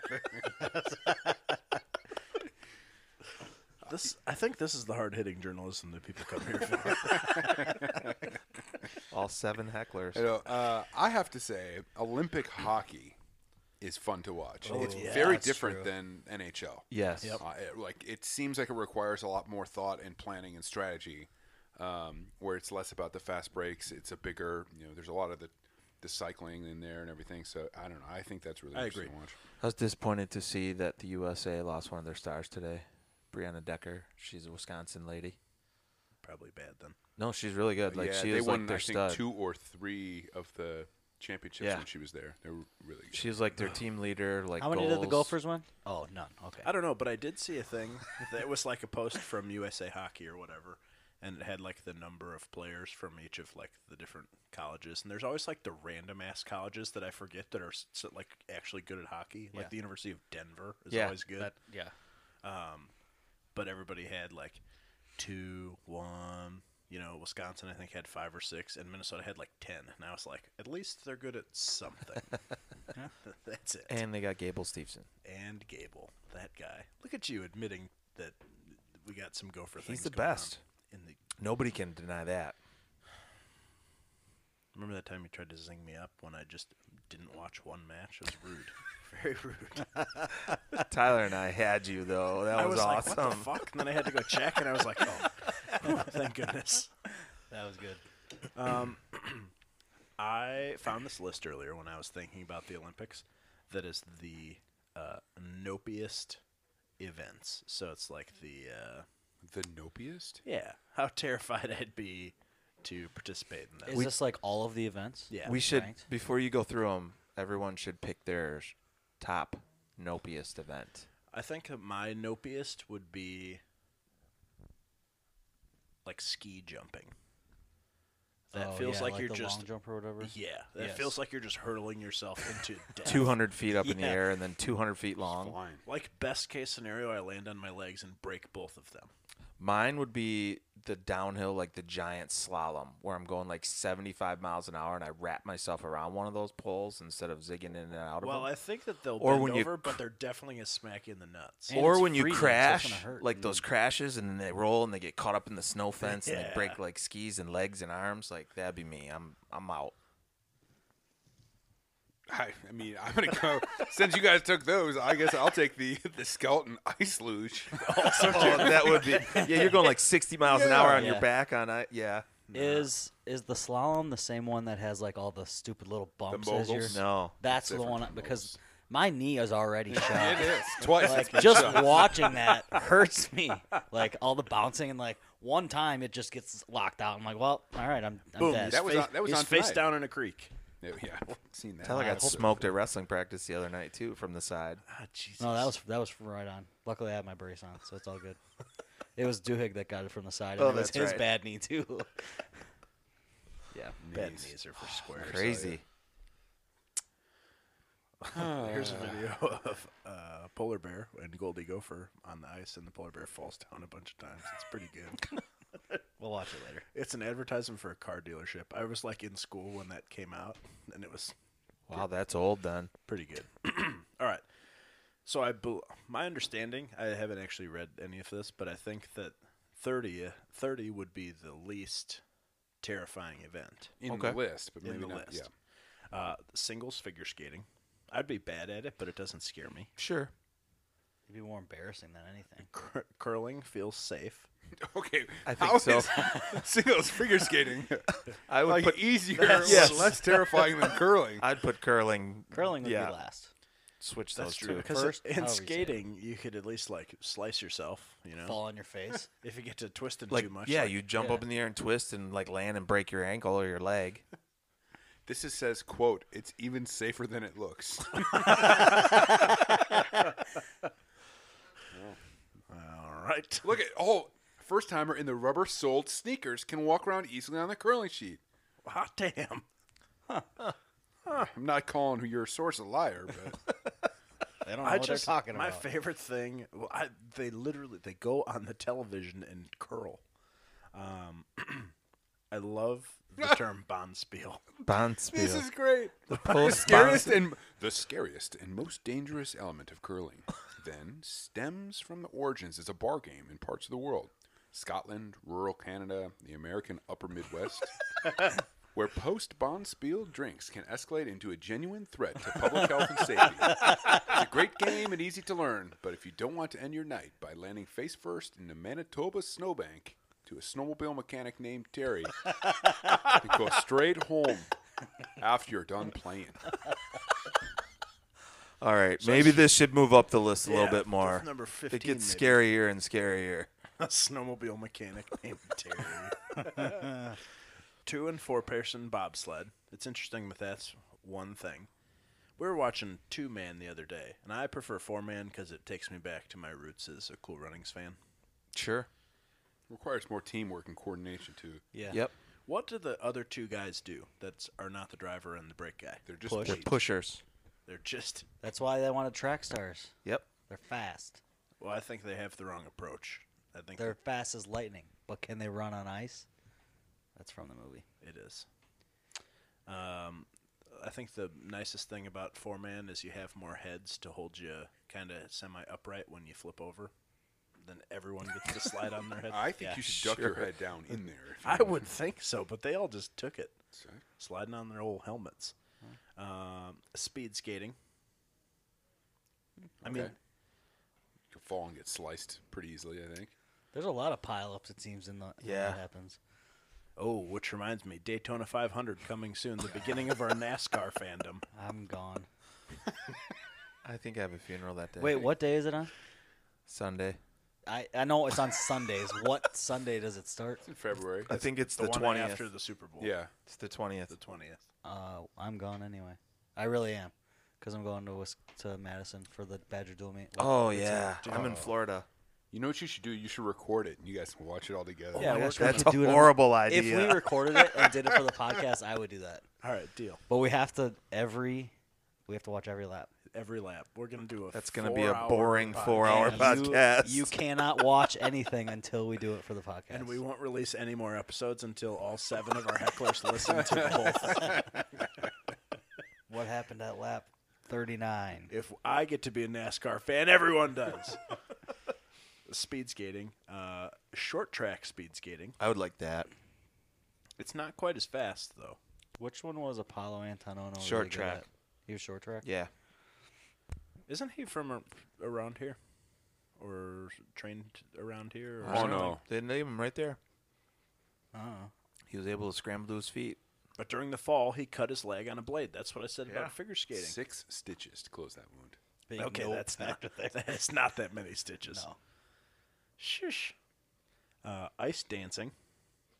Speaker 1: This, I think this is the hard hitting journalism that people come here
Speaker 3: *laughs*
Speaker 1: for.
Speaker 3: All seven
Speaker 2: You
Speaker 3: hecklers.
Speaker 2: know, uh, *laughs* I have to say, Olympic hockey is fun to watch. it's
Speaker 1: Oh, yeah,
Speaker 2: very
Speaker 1: that's
Speaker 2: different than NHL.
Speaker 3: Yes.
Speaker 2: Uh, it- like it seems like it requires a lot more thought and planning and strategy, um, where it's less about the fast breaks. It's a bigger, you know, there's a lot of the, the cycling in there and everything. So I don't know. I think that's really
Speaker 1: I
Speaker 2: interesting
Speaker 1: agree.
Speaker 2: to watch.
Speaker 3: I was disappointed to see that the USA lost one of their stars today. Brianna Decker. She's a Wisconsin lady.
Speaker 1: Probably bad then.
Speaker 3: No, she's really good. Like
Speaker 2: Oh, yeah,
Speaker 3: she
Speaker 2: they
Speaker 3: was
Speaker 2: won
Speaker 3: like their
Speaker 2: I think
Speaker 3: stud.
Speaker 2: two or three of the championships
Speaker 3: Yeah.
Speaker 2: when she was there. They were really good.
Speaker 3: She
Speaker 2: *sighs*
Speaker 3: was like their team leader. Like
Speaker 4: how many did the
Speaker 3: goals.
Speaker 4: golfers win? Oh, none. Okay.
Speaker 1: I don't know, but I did see a thing that was like a post from USA Hockey or whatever, and it had like the number of players from each of like the different colleges. And there's always like the random ass colleges that I forget that are s- s- like actually good at hockey. Like
Speaker 4: Yeah.
Speaker 1: the University of Denver is
Speaker 3: Yeah,
Speaker 1: always good.
Speaker 4: That, yeah.
Speaker 1: but everybody had like two, one. You know, Wisconsin I think had five or six, and Minnesota had like ten. And I was like, at least they're good at
Speaker 4: *laughs*
Speaker 1: something. *laughs* That's it. And,
Speaker 3: And they got Gable Stevenson.
Speaker 1: Gable, that guy. Look at you admitting that we got some gopher things.
Speaker 3: the
Speaker 1: going on
Speaker 3: best.
Speaker 1: In the
Speaker 3: Nobody can deny that.
Speaker 1: remember that time you tried to zing me up when I just didn't watch one match. It was rude. *laughs* Very rude.
Speaker 3: Tyler and I had you though. That
Speaker 1: I
Speaker 3: was,
Speaker 1: was like,
Speaker 3: awesome. *laughs*
Speaker 1: what the fuck? And then I had to go check, and I was like, oh, Thank goodness.
Speaker 4: That was good.
Speaker 3: Um, *clears throat*
Speaker 1: I found this list earlier when I was thinking about the Olympics. That is the uh, nopiest events. So it's like the uh,
Speaker 2: The nopiest?
Speaker 1: yeah, how *laughs* terrified I'd be to participate in that.
Speaker 4: Is this like all of the events?
Speaker 1: yeah,
Speaker 3: we should
Speaker 4: right.
Speaker 3: before you go through them. Everyone should pick their sh- top nopiest event.
Speaker 1: I think that my nopiest would be like ski jumping. That
Speaker 4: Oh,
Speaker 1: feels
Speaker 4: yeah,
Speaker 1: like, you're
Speaker 4: the
Speaker 1: just
Speaker 4: long jump or whatever.
Speaker 1: yeah. That
Speaker 4: Yes.
Speaker 1: feels like you're just hurtling yourself into death.
Speaker 3: Two hundred feet up in the
Speaker 4: Yeah.
Speaker 3: air and then two hundred feet long.
Speaker 2: Flying.
Speaker 1: Like best case scenario, I land on my legs and break both of them.
Speaker 3: Mine would be the downhill, like the giant slalom, where I'm going like 75 miles an hour and I wrap myself around one of those poles instead of zigging in and out of
Speaker 1: Well,
Speaker 3: them.
Speaker 1: I think that they'll
Speaker 3: Or
Speaker 1: bend
Speaker 3: when you
Speaker 1: over, but they're definitely gonna smack you in the nuts.
Speaker 4: And
Speaker 3: or
Speaker 4: it's
Speaker 3: when you
Speaker 4: freezing, so it's
Speaker 3: crash,
Speaker 4: gonna hurt.
Speaker 3: like those crashes, and then they roll and they get caught up in the
Speaker 4: *laughs*
Speaker 3: snow fence and they break
Speaker 1: Yeah.
Speaker 3: like skis and legs and arms. Like that'd be me. I'm I'm
Speaker 4: *laughs*
Speaker 3: out.
Speaker 2: I, I mean, I'm gonna go. Since you guys took those, I guess I'll take the the skeleton ice luge.
Speaker 3: oh, that would be. Yeah, you're going like 60 miles an hour on
Speaker 4: Yeah.
Speaker 3: your back on it. Yeah.
Speaker 4: Is is the slalom the same one that has like all the stupid little bumps? as you're-
Speaker 2: moguls?
Speaker 3: No.
Speaker 4: that's the
Speaker 2: Different
Speaker 4: one I-
Speaker 2: from
Speaker 4: because
Speaker 2: moguls.
Speaker 4: my knee is already
Speaker 2: it
Speaker 4: shot.
Speaker 2: is twice. it's
Speaker 4: Like
Speaker 2: been
Speaker 4: just
Speaker 2: shot.
Speaker 4: watching that hurts me. Like all the bouncing and like one time it just gets locked out. I'm like, well, all right, I'm, I'm
Speaker 1: Boom!
Speaker 4: dead.
Speaker 1: That was
Speaker 2: was
Speaker 1: face,
Speaker 2: on- that was
Speaker 1: he's
Speaker 2: on
Speaker 1: face
Speaker 2: tonight.
Speaker 1: down in a creek.
Speaker 2: Yeah, yeah, I've seen that.
Speaker 3: Hell, I got
Speaker 2: That's-
Speaker 3: smoked at wrestling practice the other night too from the side.
Speaker 1: Ah, Jesus.
Speaker 4: No, that was that was right on. Luckily, I had my brace on, so it's all good. It was Duhigg that got it from the side. and
Speaker 3: Oh,
Speaker 4: it was
Speaker 3: that's
Speaker 4: his
Speaker 3: right.
Speaker 4: bad knee too. *laughs* yeah,
Speaker 1: bad knees are for squares.
Speaker 3: Crazy.
Speaker 1: Here's
Speaker 2: Uh.
Speaker 1: a video *laughs* of a polar bear and Goldie Gopher on the ice, and the polar bear falls down a bunch of times. It's pretty good.
Speaker 2: *laughs*
Speaker 4: we'll watch it later.
Speaker 1: it's an advertisement for a car dealership. I was like in school when that came out, and it was
Speaker 3: Wow, that's old then.
Speaker 1: pretty good. *clears throat* All right. So I, bel my understanding, I haven't actually read any of this, but I think that 30, 30 would be the least terrifying event
Speaker 2: in
Speaker 3: Okay.
Speaker 2: the list, but
Speaker 1: in
Speaker 2: maybe
Speaker 1: the
Speaker 2: not.
Speaker 1: list. Uh, singles figure skating. I'd be bad at it, but it doesn't scare me.
Speaker 3: Sure.
Speaker 4: It'd be more embarrassing than anything.
Speaker 1: Cur- curling feels safe.
Speaker 2: Yeah. *laughs* Okay.
Speaker 3: I think
Speaker 2: how
Speaker 3: so.
Speaker 2: is *laughs* singles figure skating
Speaker 3: I would
Speaker 2: like
Speaker 4: e-,
Speaker 3: put
Speaker 2: easier,
Speaker 3: Yes.
Speaker 2: or less terrifying than curling.
Speaker 3: I'd put curling.
Speaker 4: Curling would
Speaker 3: yeah,
Speaker 4: be last.
Speaker 3: Switch
Speaker 1: That's
Speaker 3: those
Speaker 1: true.
Speaker 3: two.
Speaker 1: Because
Speaker 4: First,
Speaker 1: in
Speaker 4: however you say it.
Speaker 1: skating, you could at least like slice yourself. You know,
Speaker 4: Fall on your face.
Speaker 1: if you get to twisting
Speaker 3: Like
Speaker 1: too much.
Speaker 3: yeah,
Speaker 1: like-
Speaker 3: you jump up
Speaker 4: yeah.
Speaker 3: in the air and twist and like land and break your ankle or your
Speaker 4: *laughs*
Speaker 3: leg.
Speaker 2: This is, says, "quote It's even safer than it looks." *laughs*
Speaker 1: All right. *laughs*
Speaker 2: Look at oh, first timer in the rubber-soled sneakers can walk around easily on the curling sheet.
Speaker 1: Hot damn.
Speaker 2: I'm not calling your source a liar, but
Speaker 4: They don't know
Speaker 1: I
Speaker 4: what
Speaker 1: just
Speaker 4: they're talking
Speaker 1: my
Speaker 4: about.
Speaker 1: favorite thing. Well, I, they literally they go on the television and curl. Um, *clears throat* I love
Speaker 3: *laughs*
Speaker 1: the term bonspiel.
Speaker 3: Bounce
Speaker 2: this is great. *laughs*
Speaker 3: the post
Speaker 2: scariest and the scariest and most dangerous element of curling *laughs* then stems from the origins as a bar game in parts of the world scotland rural canada the american upper midwest where post bonspiel drinks can escalate into a genuine threat to public health and safety it's a great game and easy to learn but if you don't want to end your night by landing face first in a manitoba snowbank to a snowmobile mechanic named terry then go straight home after you're done playing
Speaker 3: All right, maybe this should move up the list a
Speaker 1: Yeah,
Speaker 3: little bit more.
Speaker 1: that's number
Speaker 3: it
Speaker 1: 15
Speaker 3: gets
Speaker 1: maybe.
Speaker 3: scarier and scarier.
Speaker 1: A *laughs* snowmobile mechanic *laughs* named Terry. Two and four person bobsled. It's interesting that that's one thing. We were watching two man the other day, and I prefer four man because it takes me back to my roots as a Cool Runnings fan.
Speaker 3: Sure.
Speaker 2: requires more teamwork and coordination too.
Speaker 4: Yeah.
Speaker 3: Yep.
Speaker 1: What do the other two guys do that are not the driver and the brake guy?
Speaker 2: They're just
Speaker 4: Push.
Speaker 3: They're
Speaker 2: weight.
Speaker 3: pushers.
Speaker 1: They're just.
Speaker 4: That's why they wanted track stars.
Speaker 3: Yep.
Speaker 4: They're fast.
Speaker 1: Well, I think they have the wrong approach. I think
Speaker 4: They're fast as lightning. But can they run on ice? That's from the movie.
Speaker 1: it is. Um, I think the nicest thing about four man is you have more heads to hold you kind of semi upright when you flip over. Then everyone gets to slide
Speaker 2: *laughs*
Speaker 1: on their head.
Speaker 2: I think
Speaker 1: Yeah.
Speaker 2: you should duck your head down in there. if uh, you
Speaker 1: *laughs* I
Speaker 2: want
Speaker 1: would think so, but they all just took it,
Speaker 2: to.
Speaker 1: sliding on their old helmets.
Speaker 2: Hmm.
Speaker 1: Um, speed skating. I mean,
Speaker 2: Okay. You could fall and get sliced pretty easily, I think.
Speaker 4: There's a lot of pileups it seems in the when
Speaker 3: Yeah.
Speaker 4: that happens.
Speaker 1: Oh, which reminds me, Daytona 500 coming soon. The beginning
Speaker 2: *laughs*
Speaker 1: of our NASCAR fandom.
Speaker 4: I'm gone.
Speaker 3: I think I have a funeral that day.
Speaker 4: Wait, what day is it on?
Speaker 3: Sunday.
Speaker 4: I, I know it's on Sundays. *laughs* what Sunday does it start?
Speaker 2: in February.
Speaker 3: I think it's
Speaker 1: The,
Speaker 3: the
Speaker 1: one
Speaker 3: twentieth.
Speaker 1: after the Super Bowl.
Speaker 2: Yeah.
Speaker 3: It's the twentieth.
Speaker 1: the twentieth.
Speaker 4: Uh, I'm gone anyway. I really am, because I'm going to Wis- to Madison for the Badger dual meet.
Speaker 3: Oh yeah, I'm in Florida.
Speaker 2: You know what you should do? You should record it, and you guys can watch it all together.
Speaker 4: Yeah,
Speaker 3: Oh my
Speaker 4: we're
Speaker 3: gosh,
Speaker 4: gonna
Speaker 3: that's a
Speaker 4: do it on-
Speaker 3: horrible
Speaker 4: If
Speaker 3: idea.
Speaker 4: we recorded it and did it for the podcast, I would do that.
Speaker 1: All right, deal.
Speaker 4: But we have to every, we have to watch every lap.
Speaker 1: Every lap, we're gonna do a.
Speaker 3: That's gonna be a
Speaker 1: four-hour
Speaker 3: boring
Speaker 1: podcast.
Speaker 3: four-hour
Speaker 4: And
Speaker 3: podcast.
Speaker 4: You, you cannot watch anything until we do it
Speaker 3: *laughs*
Speaker 4: for the podcast.
Speaker 1: And we won't release any more episodes until all seven of our hecklers listen to the whole
Speaker 3: *laughs*
Speaker 1: thing.
Speaker 4: what happened at lap 39?
Speaker 1: If I get to be a NASCAR fan, everyone does. speed skating, uh, short track speed skating.
Speaker 3: I would like that
Speaker 1: It's not quite as fast though.
Speaker 4: Which one was Apollo Antonono? really
Speaker 3: Short
Speaker 4: good
Speaker 3: track.
Speaker 4: at? He was
Speaker 3: *laughs*
Speaker 4: short track.
Speaker 3: Yeah,
Speaker 1: Isn't he from ar- around here, or trained around here? Or
Speaker 2: Oh,
Speaker 1: something?
Speaker 2: no.
Speaker 3: they name him right there.
Speaker 4: I don't know.
Speaker 3: He was able to scramble to his feet.
Speaker 1: But during the fall, he cut his leg on a blade. That's what I said
Speaker 3: Yeah.
Speaker 1: about figure skating.
Speaker 2: Six stitches to close that wound.
Speaker 4: Big
Speaker 1: Okay,
Speaker 4: nope
Speaker 1: that's not
Speaker 4: after that.
Speaker 1: *laughs* that's not that many stitches.
Speaker 4: No.
Speaker 1: Shush. Uh, ice dancing.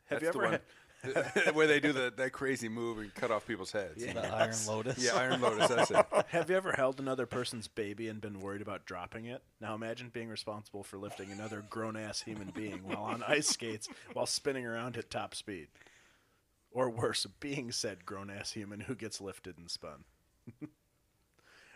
Speaker 1: Have
Speaker 2: That's
Speaker 1: you ever
Speaker 2: the one
Speaker 1: had-
Speaker 2: *laughs* where they do the, that crazy move and cut off people's heads?
Speaker 4: The Iron Lotus.
Speaker 2: Yeah, Iron Lotus. That's it.
Speaker 1: *laughs* Have you ever held another person's baby and been worried about dropping it? Now imagine being responsible for lifting another grown ass human being while on ice skates while spinning around at top speed. Or worse, being said grown ass human who gets lifted and spun. *laughs*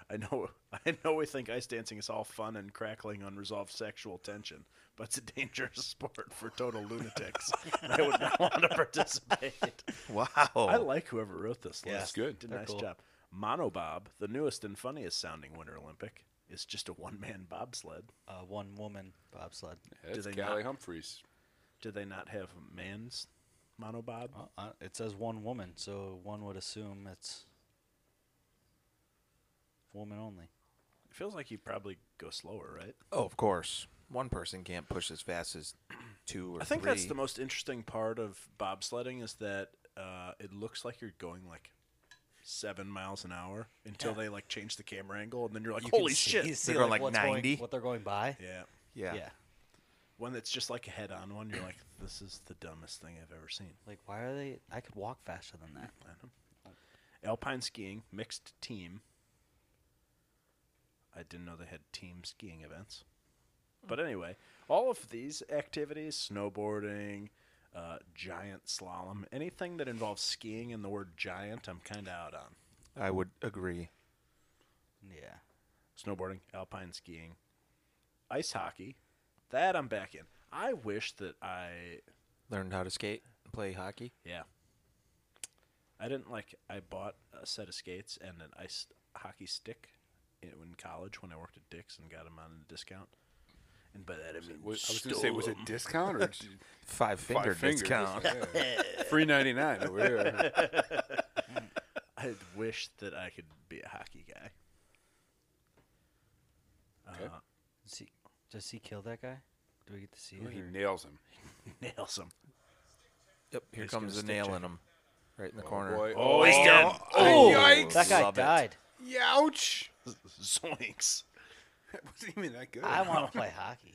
Speaker 1: I know I know we think ice dancing is all fun and crackling unresolved sexual tension, but it's a dangerous *laughs* sport for total lunatics. and I would not want to participate.
Speaker 3: Wow.
Speaker 1: I
Speaker 3: Oh,
Speaker 1: like whoever wrote this list.
Speaker 4: Yeah,
Speaker 2: it's good.
Speaker 1: Did a
Speaker 4: they're
Speaker 1: nice
Speaker 4: cool.
Speaker 1: job. Monobob, the newest and funniest sounding Winter Olympic, is just a one man bobsled.
Speaker 4: Uh, one woman bobsled.
Speaker 2: That's
Speaker 1: they
Speaker 2: Callie
Speaker 1: not-
Speaker 2: Humphreys.
Speaker 1: Do they not have man's monobob?
Speaker 4: Uh, uh, it says one woman, so one would assume it's woman only.
Speaker 1: It feels like you probably go slower, right?
Speaker 3: Oh, of course. One person can't push as fast as two or
Speaker 1: I think that's
Speaker 3: three.
Speaker 1: the most interesting part of bobsledding is that uh, it looks like you're going like seven miles an hour until they like change the camera angle, and then you're like,
Speaker 4: You can
Speaker 1: holy
Speaker 4: see-
Speaker 1: shit!
Speaker 4: you see,
Speaker 3: They're going like
Speaker 4: what's going-
Speaker 3: 90?
Speaker 4: what they're going by.
Speaker 1: Yeah.
Speaker 3: yeah.
Speaker 1: One that's just like a head on one, you're like, this is the dumbest thing I've ever seen.
Speaker 4: Like, why are they? I could walk faster
Speaker 3: *laughs*
Speaker 4: than that.
Speaker 1: Alpine skiing, mixed team. I didn't know they had team skiing events. But anyway, all of these activities snowboarding, uh, giant slalom, anything that involves skiing and the word giant, I'm kind of out on.
Speaker 3: I would agree.
Speaker 4: Yeah.
Speaker 1: Snowboarding, alpine skiing, ice hockey. That I'm back in. I wish that I
Speaker 3: Learned how to skate and play hockey.
Speaker 1: Yeah. I didn't like. I bought a set of skates and an ice hockey stick in, in college when I worked at Dick's and got them on a discount. And by that I mean,
Speaker 2: Was, I was going to say, was it
Speaker 1: stole 'em.
Speaker 2: discount *laughs* or d-
Speaker 3: Five finger
Speaker 2: five fingers?
Speaker 3: discount.
Speaker 2: Yeah. Three ninety nine over *laughs* here.
Speaker 1: *laughs* I wish that I could be a hockey guy. *laughs*
Speaker 2: Okay.
Speaker 1: Uh,
Speaker 4: Does he, does he kill that guy? Do we get to see
Speaker 2: Ooh, He
Speaker 4: it?
Speaker 2: nails him.
Speaker 1: nails him.
Speaker 3: Yep. Here
Speaker 1: He's
Speaker 3: comes
Speaker 1: gonna
Speaker 3: the nail
Speaker 1: stitch it.
Speaker 3: in him, right in the
Speaker 2: Oh,
Speaker 3: corner.
Speaker 2: boy.
Speaker 1: Oh, he's dead.
Speaker 2: Oh,
Speaker 4: Ooh,
Speaker 2: yikes.
Speaker 4: That guy
Speaker 3: Love it.
Speaker 4: died.
Speaker 2: *laughs* Ouch.
Speaker 1: *laughs* Zoinks.
Speaker 2: That wasn't even that good.
Speaker 4: I want to play hockey,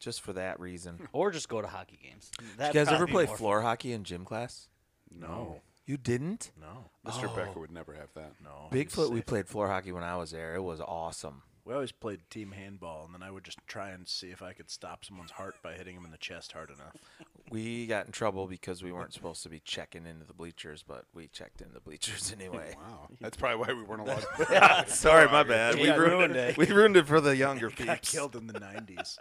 Speaker 3: Just for that *laughs* reason.
Speaker 4: or just go to hockey games. That
Speaker 3: you guys ever play floor hockey in gym class?
Speaker 1: No,
Speaker 3: You didn't?
Speaker 1: no,
Speaker 2: Mr. Becker would never have that.
Speaker 1: Oh. no. he's
Speaker 3: Bigfoot, we
Speaker 1: safe.
Speaker 3: played floor hockey when I was there. It was awesome.
Speaker 1: We always played team handball, and then I would just try and see if I could stop someone's heart by hitting him in the chest hard enough.
Speaker 3: We got in trouble because we weren't supposed to be checking into the bleachers, but we checked in the bleachers *laughs* anyway.
Speaker 1: *laughs*
Speaker 2: Wow. That's probably why we weren't allowed.
Speaker 3: *laughs* Sorry, my bad.
Speaker 4: We got ruined it.
Speaker 3: We ruined it for *laughs* the younger
Speaker 1: got killed in the 90s.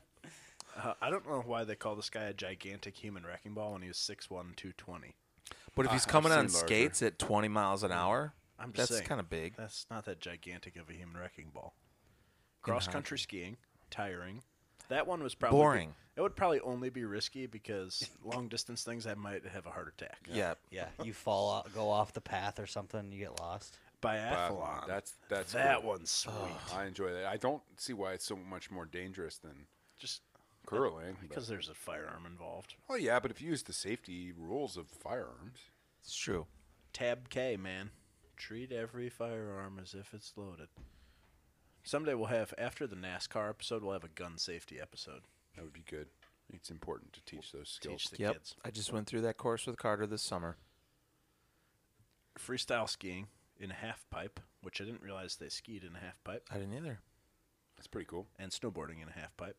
Speaker 1: *laughs* uh, I don't know why they call this guy a gigantic human wrecking ball when he was 6'1", 220.
Speaker 3: But if he's
Speaker 2: I've
Speaker 3: coming on
Speaker 2: seen larger.
Speaker 3: skates at 20 miles an hour,
Speaker 1: I'm just
Speaker 3: that's
Speaker 1: saying,
Speaker 3: kind of big.
Speaker 1: That's not that gigantic of a human wrecking ball. Cross country skiing, tiring. That one was probably
Speaker 3: Boring.
Speaker 1: It would probably only be risky because long distance things I might have a heart attack.
Speaker 3: Yeah.
Speaker 4: Yeah, you fall, out, go off the path or something, you get lost.
Speaker 1: Biathlon.
Speaker 2: That's that's
Speaker 1: that
Speaker 2: cool.
Speaker 1: one's sweet.
Speaker 2: I enjoy that. I don't see why it's so much more dangerous than
Speaker 1: Just
Speaker 2: curling. but-
Speaker 1: because there's a firearm involved.
Speaker 2: Well, yeah, but if you use the safety rules of firearms,
Speaker 3: It's true.
Speaker 1: Tab K, man. Treat every firearm as if it's loaded. Someday we'll have after the NASCAR episode, we'll have a gun safety episode.
Speaker 2: that would be good. It's important to teach those skills.
Speaker 1: Teach the
Speaker 3: yep.
Speaker 1: kids.
Speaker 3: I just went through that course with Carter this summer.
Speaker 1: Freestyle skiing in half pipe, which I didn't realize they skied in half pipe,
Speaker 3: I didn't either.
Speaker 2: That's pretty cool.
Speaker 1: and snowboarding in half pipe.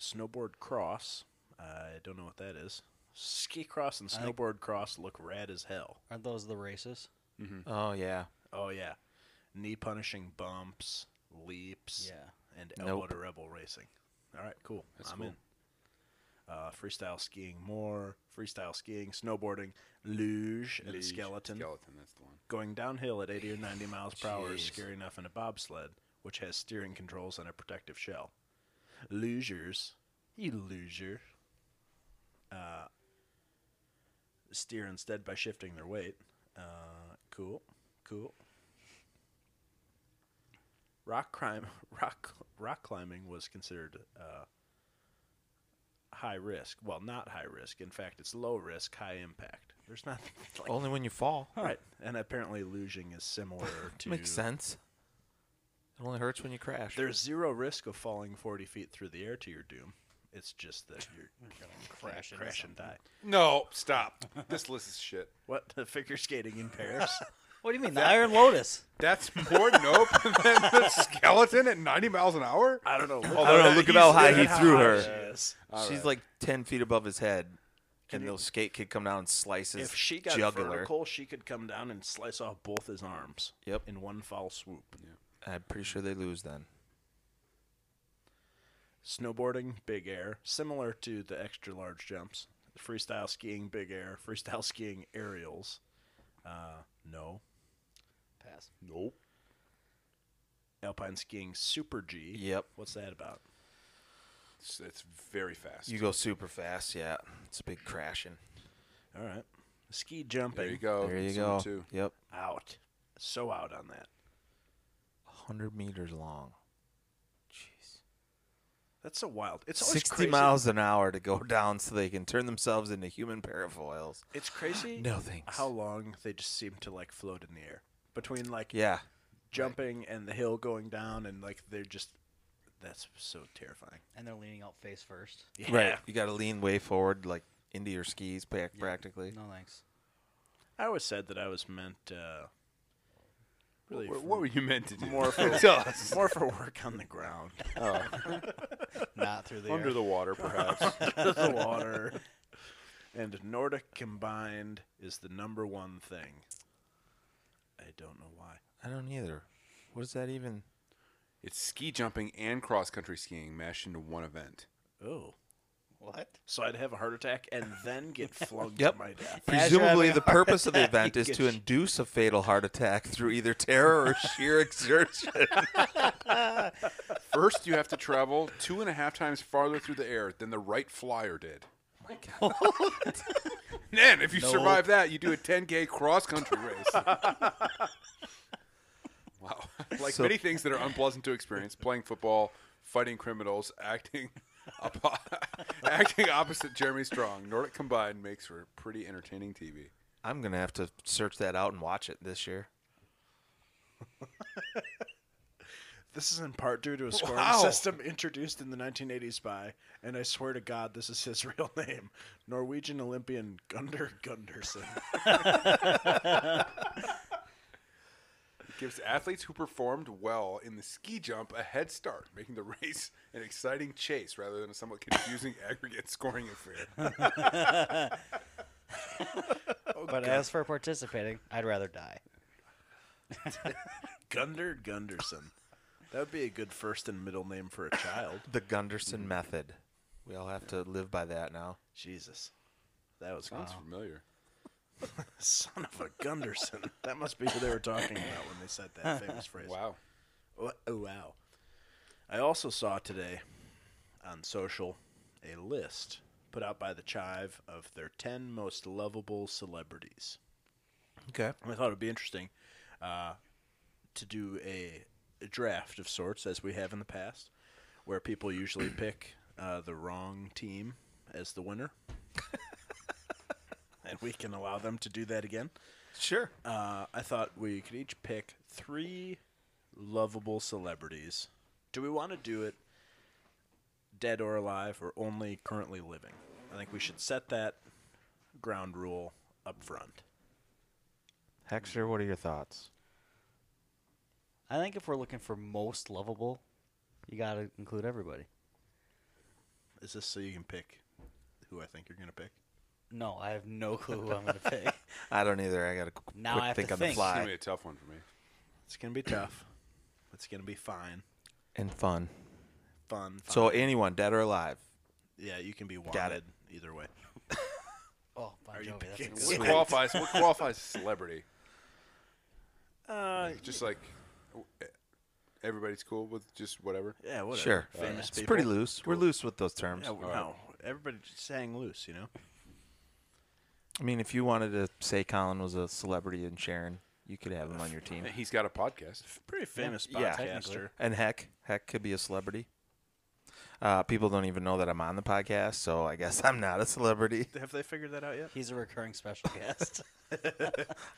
Speaker 1: Snowboard cross, I don't know what that is. Ski cross and
Speaker 4: I think-
Speaker 1: snowboard cross look rad as hell.
Speaker 4: Aren't those the races?
Speaker 3: Oh yeah.
Speaker 1: Oh yeah, knee punishing bumps, leaps,
Speaker 4: Yeah.
Speaker 1: and
Speaker 3: Nope.
Speaker 1: elbow to rebel racing. All right, cool.
Speaker 2: That's
Speaker 1: I'm
Speaker 2: cool.
Speaker 1: in. Uh, freestyle skiing more, freestyle skiing, snowboarding, luge, and
Speaker 2: Luge,
Speaker 1: skeleton.
Speaker 2: Skeleton, that's the one.
Speaker 1: Going downhill at 80 or 90 miles per hour is
Speaker 2: Jeez.
Speaker 1: scary enough in a bobsled, which has steering controls and a protective shell. Losers, you loser, uh, steer instead by shifting their weight. Uh, cool, cool. Rock crime, *laughs* rock rock climbing was considered uh, high risk. Well, not high risk. In fact, it's low risk, high impact. There's not *laughs* like,
Speaker 3: Only when you fall.
Speaker 1: all right, and apparently losing is
Speaker 3: *laughs*
Speaker 1: similar to.
Speaker 3: Makes sense. It only hurts when you crash.
Speaker 1: There's zero risk of falling 40 feet through the air to your doom. It's just that *laughs* you're going to crash,
Speaker 5: into
Speaker 1: and die.
Speaker 2: No, stop. *laughs* this list is shit.
Speaker 1: What? Figure skating in Paris?
Speaker 4: What do you mean? The Iron Lotus.
Speaker 2: That's more *laughs* nope than the skeleton at 90 miles an hour.
Speaker 1: I don't know. Look,
Speaker 3: *laughs* I don't know. Look at how high he threw her.
Speaker 1: She is.
Speaker 3: She's like ten feet above his head, and the skate kid come down and slice his
Speaker 1: If she got
Speaker 3: jugular.
Speaker 1: vertical, she could come down and slice off both his arms.
Speaker 3: Yep.
Speaker 1: In one foul swoop.
Speaker 3: I'm pretty sure they lose then.
Speaker 1: Snowboarding, big air, similar to the extra large jumps. Freestyle skiing, big air. Freestyle skiing, aerials. Uh, no.
Speaker 4: Pass.
Speaker 2: Nope.
Speaker 1: Alpine skiing, super G.
Speaker 3: Yep.
Speaker 1: What's that about?
Speaker 2: It's, it's very fast.
Speaker 3: You go super fast. Yeah, it's a big crashing.
Speaker 1: All right. Ski jumping.
Speaker 2: there you go.
Speaker 3: there you
Speaker 2: That's
Speaker 3: go.
Speaker 2: number Two.
Speaker 3: Yep,
Speaker 1: Out. So out on that.
Speaker 3: hundred meters long. Jeez,
Speaker 1: That's so wild. It's always
Speaker 3: sixty
Speaker 1: crazy.
Speaker 3: miles an hour to go *laughs* down so they can turn themselves into human parafoils.
Speaker 1: It's crazy.
Speaker 3: No thanks.
Speaker 1: How long they just seem to like float in the air between like
Speaker 3: Yeah,
Speaker 1: jumping and the hill going down and like they're just. That's so terrifying.
Speaker 4: And they're leaning out face first.
Speaker 1: Yeah.
Speaker 3: You got to lean way forward, like into your skis, pac- practically.
Speaker 4: No thanks.
Speaker 1: I always said that I was meant. Uh, really,
Speaker 2: What,
Speaker 1: for-
Speaker 2: what were you meant to do? *laughs*
Speaker 1: more for *laughs*
Speaker 2: us.
Speaker 1: more for work on the ground,
Speaker 4: Not through the
Speaker 2: *laughs* Under
Speaker 4: air.
Speaker 2: the water, perhaps.
Speaker 1: under the water. And Nordic combined is the number one thing. I don't know why.
Speaker 3: I don't either. What is that even?
Speaker 2: *laughs* it's ski jumping and cross country skiing mashed into one event.
Speaker 1: Oh.
Speaker 4: What?
Speaker 1: So I'd have a heart attack and then get flung
Speaker 3: Yep.
Speaker 1: to my death.
Speaker 4: As you're
Speaker 3: Presumably,
Speaker 4: having
Speaker 3: the purpose of the event
Speaker 1: you
Speaker 3: is
Speaker 1: get
Speaker 3: to
Speaker 1: sh-
Speaker 3: induce a fatal heart attack *laughs* through either terror or sheer exertion. *laughs*
Speaker 2: First, you have to travel two and a half times farther through the air than the right flyer did. Oh my God. and if you survive that, you do a 10K cross country race. *laughs* wow. *laughs* Like
Speaker 3: So-
Speaker 2: many things that are unpleasant to experience playing football, fighting criminals, acting. *laughs* Apo- acting opposite Jeremy Strong, Nordic combined makes for pretty entertaining TV.
Speaker 3: I'm gonna have to search that out and watch it this year.
Speaker 1: This is in part due to a scoring
Speaker 2: Wow.
Speaker 1: system introduced in the 1980s by, and I swear to God, this is his *laughs* real name, Norwegian Olympian Gunder Gunderson.
Speaker 2: gives athletes who performed well in the ski jump a head start, making the *laughs* race an exciting chase rather than a somewhat confusing *laughs* aggregate scoring affair.
Speaker 4: but as for participating, I'd rather die.
Speaker 1: Gunder Gunderson. That would be a good first and middle name for a child.
Speaker 3: The Gunderson method. We all have to live by that now.
Speaker 1: Jesus. That was
Speaker 2: Sounds familiar.
Speaker 1: son of a Gunderson. *laughs* That must be who they were talking about when they said *laughs* that famous phrase.
Speaker 2: Wow.
Speaker 1: Oh, oh, wow. I also saw today on social a list put out by the Chive of their 10 most lovable celebrities.
Speaker 3: Okay.
Speaker 1: And I thought it would be interesting uh, to *clears throat* do a, a draft of sorts, as we have in the past, where people usually pick uh, the wrong team as the *laughs* winner, and we can allow them to do that again.
Speaker 3: Sure.
Speaker 1: Uh, I thought we could each pick three lovable celebrities. Do we want to do it dead or alive or only currently living? I think we should set that ground rule up front.
Speaker 5: Hexer, what are your thoughts?
Speaker 4: I think if we're looking for most lovable, you got to include everybody.
Speaker 1: Is this so you can pick who I think you're going to pick?
Speaker 4: No, I have no clue who I'm going to pick.
Speaker 3: I don't either. I got to
Speaker 4: Now
Speaker 3: quick
Speaker 4: I have
Speaker 3: think
Speaker 4: to
Speaker 3: on the
Speaker 4: think.
Speaker 2: It's gonna
Speaker 3: fly.
Speaker 2: be a tough one for me.
Speaker 1: It's going to be tough. *coughs* It's going to be fine.
Speaker 3: And fun.
Speaker 1: Fun.
Speaker 3: So
Speaker 1: fine.
Speaker 3: anyone, dead or alive.
Speaker 1: yeah, you can be wanted
Speaker 3: Got it.
Speaker 1: either way.
Speaker 4: Oh, Bon
Speaker 1: Are you
Speaker 4: Jovi. That's a
Speaker 1: picking
Speaker 4: good
Speaker 2: What
Speaker 1: Sweet.
Speaker 2: qualifies? What qualifies as celebrity?
Speaker 1: Uh,
Speaker 2: Just like eh, everybody's cool with just whatever.
Speaker 1: yeah, whatever.
Speaker 3: Sure.
Speaker 1: Famous
Speaker 3: It's
Speaker 1: people.
Speaker 3: pretty loose. We're loose with those terms.
Speaker 1: Yeah, no, everybody just hang loose, you know?
Speaker 3: I mean, if you wanted to say Colin was a celebrity and Sharon, you could have him on your team.
Speaker 2: He's got a podcast.
Speaker 1: Pretty famous
Speaker 3: yeah,
Speaker 1: podcaster.
Speaker 3: And heck, heck could be a celebrity. Uh, people don't even know that I'm on the podcast, so I guess I'm not a
Speaker 4: *laughs*
Speaker 3: celebrity.
Speaker 1: Have they figured that out yet?
Speaker 4: He's a recurring *laughs* special guest.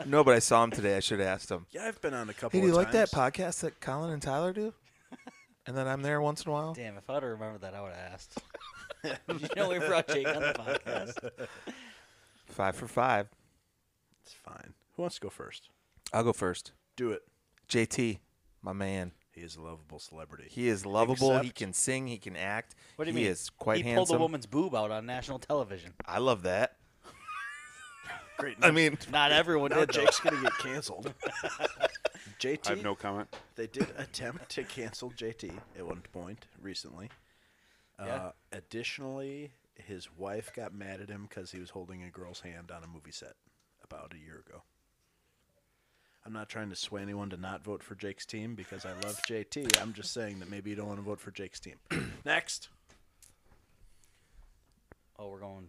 Speaker 3: No, but I saw him today. I should have asked him.
Speaker 1: Yeah, I've been on a couple.
Speaker 3: Hey, do you
Speaker 1: of
Speaker 3: like that
Speaker 1: times.
Speaker 3: podcast that Colin and Tyler
Speaker 4: *laughs*
Speaker 3: do? And then I'm there once in a while.
Speaker 4: Damn, if I'd have remembered that, I would have *laughs* asked. Did you know we brought Jake on the podcast?
Speaker 3: Five for five.
Speaker 1: It's fine. Who wants to go first?
Speaker 3: I'll go first.
Speaker 1: Do it.
Speaker 3: JT, my man.
Speaker 1: He is a lovable celebrity.
Speaker 3: He is lovable. he
Speaker 1: Except-
Speaker 3: can sing. He can act.
Speaker 4: What do you
Speaker 3: he
Speaker 4: mean?
Speaker 3: is quite
Speaker 4: he
Speaker 3: handsome.
Speaker 4: pulled a woman's boob out on national television.
Speaker 3: I love that.
Speaker 1: Great.
Speaker 3: I
Speaker 4: *laughs*
Speaker 3: mean,
Speaker 4: Not everyone
Speaker 1: now
Speaker 4: did, though.
Speaker 1: Jake's gonna get
Speaker 3: *laughs*
Speaker 1: canceled. JT.
Speaker 2: I have no comment.
Speaker 1: They did attempt to cancel JT at one point recently. Uh, additionally, his wife got mad at him because he was holding a girl's hand on a movie set about a year ago. I'm not trying to sway anyone to not vote for Jake's team because I love JT. I'm just saying that maybe you don't want to vote for Jake's team. *clears throat* Next.
Speaker 4: Oh, we're going.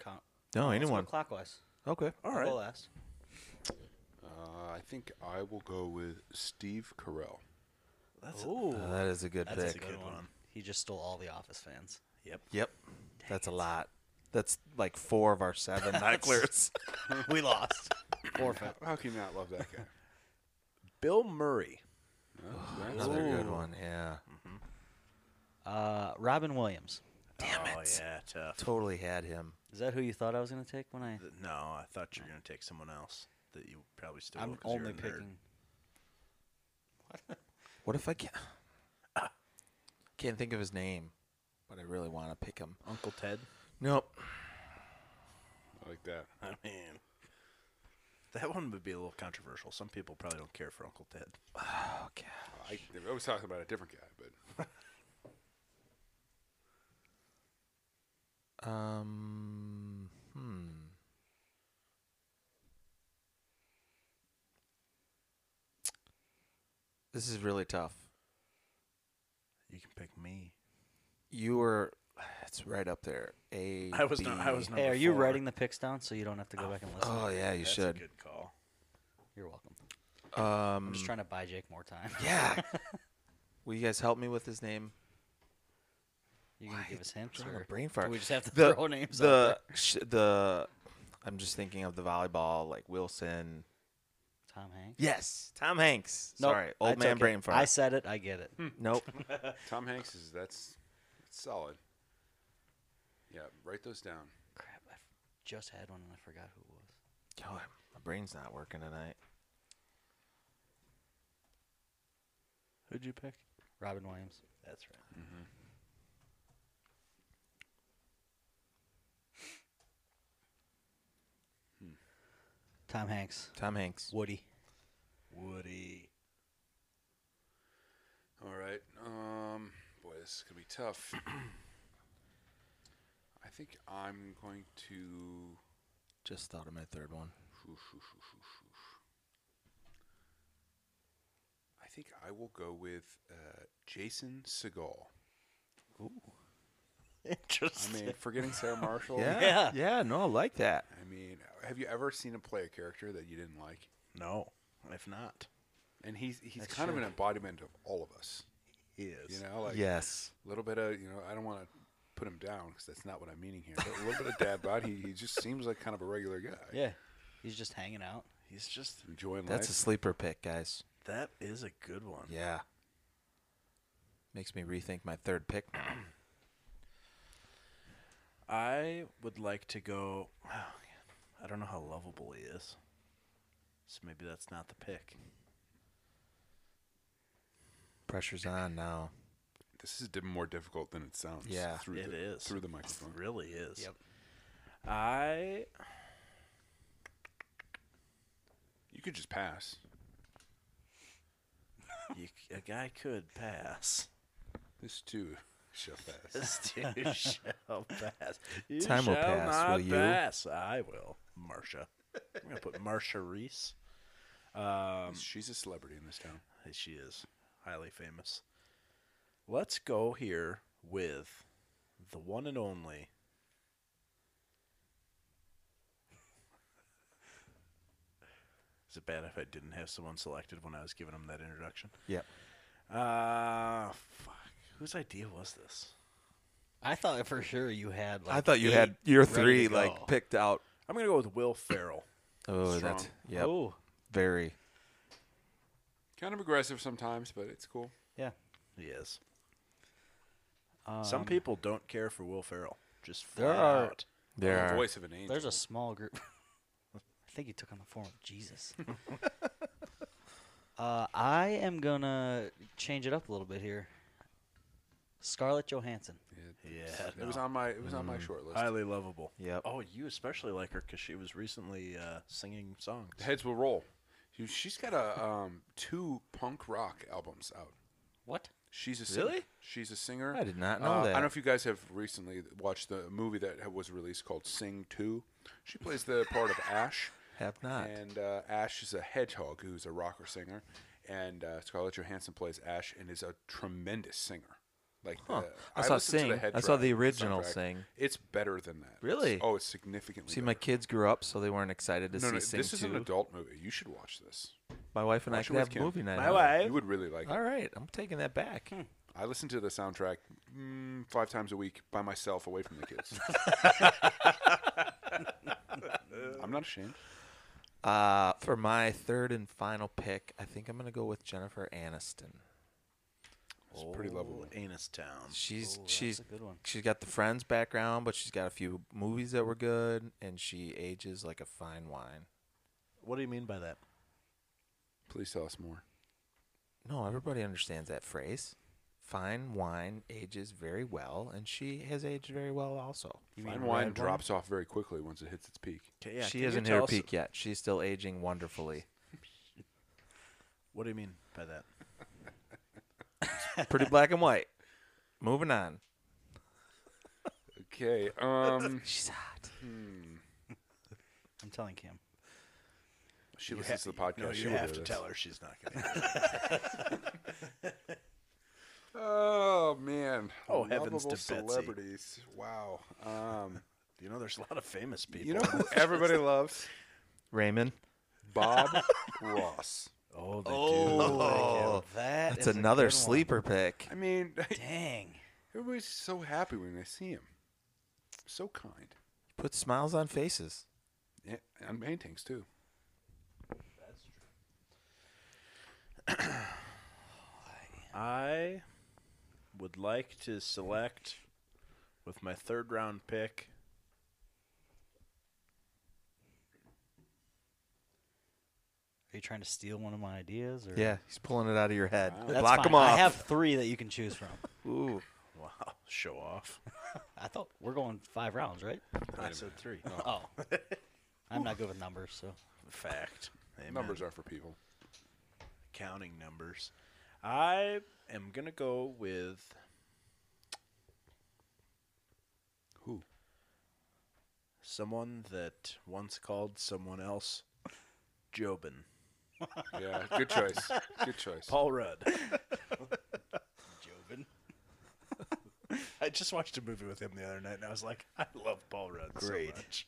Speaker 4: Con-
Speaker 3: no,
Speaker 4: let's go
Speaker 3: Oh, anyone.
Speaker 4: clockwise. *laughs*
Speaker 3: Okay.
Speaker 1: All
Speaker 4: I'll
Speaker 1: right.
Speaker 4: go last.
Speaker 2: Uh, I think I will go with Steve Carell.
Speaker 1: That's
Speaker 4: Ooh,
Speaker 3: Uh, that is a good
Speaker 4: that's a
Speaker 3: pick.
Speaker 4: good, one.
Speaker 1: one.
Speaker 4: He just stole all the Office fans.
Speaker 1: Yep.
Speaker 3: Yep. That's a lot. That's like four of
Speaker 1: *laughs*
Speaker 3: our seven not clears.
Speaker 4: *laughs* we lost. Forfeit.
Speaker 2: How can you not love that guy?
Speaker 1: Bill Murray.
Speaker 3: Another good one. Yeah.
Speaker 4: Uh, Robin Williams.
Speaker 1: Damn oh, it. yeah, tough.
Speaker 3: Totally had him.
Speaker 4: Is that who you thought I was going to take when I?
Speaker 1: Th- No, I thought you were going to take someone else that you probably still will
Speaker 4: I'm
Speaker 1: 'cause you're
Speaker 4: only
Speaker 1: a nerd.
Speaker 4: picking.
Speaker 3: What if I can't? *coughs* Can't think of his name, but I really want to pick him.
Speaker 1: Uncle Ted.
Speaker 3: Nope.
Speaker 2: I like that.
Speaker 1: *laughs* I mean, that one would be a little controversial. Some people probably don't care for Uncle Ted.
Speaker 3: Okay.
Speaker 2: I, I was talking about a different guy, but
Speaker 3: Um. Hmm. This is really tough.
Speaker 1: You can pick me.
Speaker 3: You were. *sighs* It's right up there. A.
Speaker 1: I was not- I
Speaker 3: B.
Speaker 1: was not-
Speaker 4: Hey,
Speaker 1: Number
Speaker 4: are you
Speaker 1: four.
Speaker 4: writing the picks down so you don't have to go back and listen?
Speaker 3: Oh yeah, you
Speaker 1: That's
Speaker 3: should.
Speaker 1: a good call.
Speaker 4: You're welcome.
Speaker 3: Um.
Speaker 4: I'm just trying to buy Jake more time. *laughs*
Speaker 3: Yeah. Will you guys help me with his name?
Speaker 4: You gonna give us hints?
Speaker 3: I'm a
Speaker 4: Or
Speaker 3: brain fart.
Speaker 4: Do we just have to
Speaker 3: the,
Speaker 4: throw names. out
Speaker 3: The sh- the. I'm just thinking of the volleyball, like Wilson.
Speaker 4: there? Tom Hanks.
Speaker 3: Yes, Tom Hanks.
Speaker 4: Nope,
Speaker 3: Sorry,
Speaker 4: I
Speaker 3: old man
Speaker 4: took it.
Speaker 3: brain fart.
Speaker 4: I said it. I get it. *laughs*
Speaker 3: nope.
Speaker 2: Tom Hanks is that's, that's solid. Yeah, write those down.
Speaker 4: Crap! I f- just had one and I forgot who it was.
Speaker 3: God, my brain's not working tonight.
Speaker 1: Who'd you pick?
Speaker 4: Robin Williams.
Speaker 1: That's right.
Speaker 3: Mm-hmm.
Speaker 4: Hmm. Tom Hanks.
Speaker 3: Tom Hanks.
Speaker 4: Woody.
Speaker 1: Woody.
Speaker 2: All right. Um, boy, this is gonna be tough. I think I'm going to.
Speaker 3: Just thought of my third one.
Speaker 2: I think I will go with uh, Jason Segal. I
Speaker 1: *laughs* Interesting.
Speaker 2: mean, forgetting Sarah Marshall.
Speaker 3: Yeah, yeah,
Speaker 4: Oh, Yeah.
Speaker 3: No, I like that.
Speaker 2: I mean, have you ever seen him play a character that you didn't like?
Speaker 1: no, if not,
Speaker 2: And he's he's
Speaker 4: That's
Speaker 2: kind
Speaker 4: true.
Speaker 2: of an embodiment of all of us.
Speaker 1: he is.
Speaker 2: You know, like
Speaker 3: yes.
Speaker 2: a little bit of you know, I don't want to put him down because that's not what I'm meaning here. But a little bit of dad bod. He, he just seems like kind of a regular guy.
Speaker 4: Yeah. He's just hanging out.
Speaker 1: He's just
Speaker 2: Enjoying
Speaker 3: That's a
Speaker 2: life.
Speaker 3: sleeper pick, guys.
Speaker 1: that is a good one.
Speaker 3: Yeah. Makes me rethink my third pick now. *clears throat*
Speaker 1: I would like to go. oh, I don't know how lovable he is, so maybe that's not the pick.
Speaker 3: Pressure's on now.
Speaker 2: this is di- more difficult than it sounds.
Speaker 3: Yeah.
Speaker 2: through
Speaker 1: It
Speaker 2: the,
Speaker 1: is.
Speaker 2: through the
Speaker 1: It
Speaker 2: microphone.
Speaker 1: really is.
Speaker 4: Yep.
Speaker 1: I
Speaker 2: You could just pass.
Speaker 1: you, c- a guy could pass.
Speaker 2: This too *laughs* shall pass.
Speaker 3: *laughs*
Speaker 1: This dude *laughs* shall pass. You
Speaker 3: Time will
Speaker 1: shall
Speaker 3: pass, will
Speaker 1: not
Speaker 3: you?
Speaker 1: pass. I will, Marsha. I'm gonna put Marsha Reese. Um,
Speaker 2: She's a celebrity in this town.
Speaker 1: she is highly famous. Let's go here with the one and only. *laughs* Is it bad if I didn't have someone selected when I was giving him that introduction?
Speaker 3: Yep.
Speaker 1: Uh, fuck. Whose idea was this?
Speaker 4: I thought for sure you had like
Speaker 3: I thought you had
Speaker 4: eight
Speaker 3: your
Speaker 4: ready to
Speaker 3: three
Speaker 4: go.
Speaker 3: like picked out.
Speaker 1: I'm gonna go with Will Ferrell.
Speaker 3: Oh,
Speaker 2: Strong.
Speaker 3: that's yep.
Speaker 4: Oh.
Speaker 3: Very.
Speaker 2: Kind of aggressive sometimes, but it's cool.
Speaker 4: Yeah.
Speaker 1: He is.
Speaker 2: Um,
Speaker 1: Some people don't care for Will Ferrell. Just
Speaker 4: There
Speaker 1: flat
Speaker 4: are-
Speaker 1: out.
Speaker 3: There
Speaker 2: The
Speaker 3: are
Speaker 2: voice of an angel.
Speaker 4: There's a small group. *laughs* I think you took on the form of
Speaker 3: *laughs*
Speaker 4: Jesus. uh, I am gonna change it up a little bit here. Scarlett Johansson.
Speaker 2: Yeah,
Speaker 1: Yeah,
Speaker 2: it was
Speaker 1: no.
Speaker 2: on my it was on
Speaker 3: Mm-hmm.
Speaker 2: my short list.
Speaker 1: highly lovable.
Speaker 5: Yep.
Speaker 1: Oh, you especially like her because she was recently uh, singing songs.
Speaker 2: Heads will roll. She- She's got a um, two punk rock albums out.
Speaker 4: What?
Speaker 2: She's a singer.
Speaker 1: Really?
Speaker 2: She's a singer.
Speaker 3: I did not know
Speaker 2: Uh, I
Speaker 3: that.
Speaker 2: don't know if you guys have recently watched the movie that ha- was released called Sing Two. She plays the part of
Speaker 3: *laughs*
Speaker 2: Ash,
Speaker 3: have not.
Speaker 2: and uh, Ash is a hedgehog who's a rocker singer, and uh, Scarlett Johansson plays Ash and is a tremendous singer. Like the,
Speaker 3: I saw
Speaker 2: listened to
Speaker 3: Sing.
Speaker 2: the head
Speaker 3: I saw
Speaker 2: track,
Speaker 3: the original
Speaker 2: soundtrack.
Speaker 3: Sing.
Speaker 2: It's better than that. It's-
Speaker 3: Really?
Speaker 2: oh, it's significantly.
Speaker 3: See,
Speaker 2: better.
Speaker 3: my kids grew up, so they weren't excited to
Speaker 2: no,
Speaker 3: see
Speaker 2: no,
Speaker 3: Sing
Speaker 2: this is an
Speaker 3: 2.
Speaker 2: adult movie. You should watch this.
Speaker 3: My wife and I
Speaker 2: Watch it
Speaker 3: could
Speaker 2: with
Speaker 3: have
Speaker 2: Kim. Hmm.
Speaker 3: movie night. Oh,
Speaker 1: My
Speaker 3: out.
Speaker 1: wife.
Speaker 2: You would really like it.
Speaker 3: All right, I'm taking that back.
Speaker 2: I listen to the soundtrack mm, five times a week by myself, away from the kids. I'm not ashamed.
Speaker 3: Uh, for my third and final pick, I think I'm gonna go with Jennifer Aniston.
Speaker 2: It's pretty lovable.
Speaker 1: Oh, Anus Town.
Speaker 3: She's
Speaker 4: Ooh, that's
Speaker 3: she's
Speaker 4: a good one.
Speaker 3: she's got the Friends background, but she's got a few movies that were good, and she ages like a fine wine.
Speaker 1: What do you mean by that?
Speaker 2: Please tell us more.
Speaker 3: No, everybody understands that phrase. Fine wine ages very well, and she has aged very well also.
Speaker 2: Fine wine drops off very quickly once it hits its peak.
Speaker 1: Okay, yeah, can
Speaker 3: she
Speaker 1: you
Speaker 3: isn't
Speaker 1: tell
Speaker 3: her
Speaker 1: us-
Speaker 3: peak yet. She's still aging *laughs* wonderfully.
Speaker 1: What do you mean by that?
Speaker 3: Pretty black and white. Moving on.
Speaker 2: Okay.
Speaker 1: *laughs*
Speaker 2: Um,
Speaker 3: She's hot.
Speaker 4: I'm telling Kim.
Speaker 2: she listens to the podcast.
Speaker 1: No,
Speaker 2: she
Speaker 1: you
Speaker 2: will
Speaker 1: have
Speaker 2: hear
Speaker 1: to
Speaker 2: this.
Speaker 1: tell her she's not going to.
Speaker 2: Oh man.
Speaker 1: Oh, heavens to
Speaker 2: Lovable
Speaker 1: Betsy.
Speaker 2: celebrities. Wow. Um,
Speaker 1: You know, there's a lot of famous people.
Speaker 2: you
Speaker 1: *laughs*
Speaker 2: know who everybody loves?
Speaker 3: Raymond.
Speaker 2: Bob
Speaker 1: *laughs*
Speaker 2: Ross.
Speaker 1: Oh, they
Speaker 4: Oh, that
Speaker 3: That's
Speaker 4: is a
Speaker 3: another
Speaker 4: good one.
Speaker 3: sleeper pick.
Speaker 2: I mean, *laughs*
Speaker 4: Dang.
Speaker 2: everybody's so happy when they see him. So kind.
Speaker 3: Put smiles on faces.
Speaker 2: Yeah, and paintings too.
Speaker 1: do. I would like to select with my third round pick.
Speaker 4: Are you trying to steal one of my ideas? Or?
Speaker 3: Yeah, he's pulling it out of your head.
Speaker 4: That's
Speaker 3: Block
Speaker 4: fine.
Speaker 3: him off.
Speaker 4: I
Speaker 3: *laughs*
Speaker 4: have three that you can choose from.
Speaker 3: Ooh.
Speaker 1: Wow, *laughs* show off.
Speaker 4: I thought we're going five rounds, right?
Speaker 1: I said three.
Speaker 4: Oh.
Speaker 3: *laughs*
Speaker 4: I'm not good with numbers, so.
Speaker 1: Fact. Amen.
Speaker 2: Numbers are for people.
Speaker 1: counting numbers. I am gonna go with
Speaker 2: Who?
Speaker 1: someone that once called someone else Jobin.
Speaker 2: Yeah, good choice. Good choice.
Speaker 1: Paul Rudd.
Speaker 4: Jobin.
Speaker 1: *laughs* I just watched a movie with him the other night, and I was like, I love Paul Rudd
Speaker 4: Great.
Speaker 1: so much.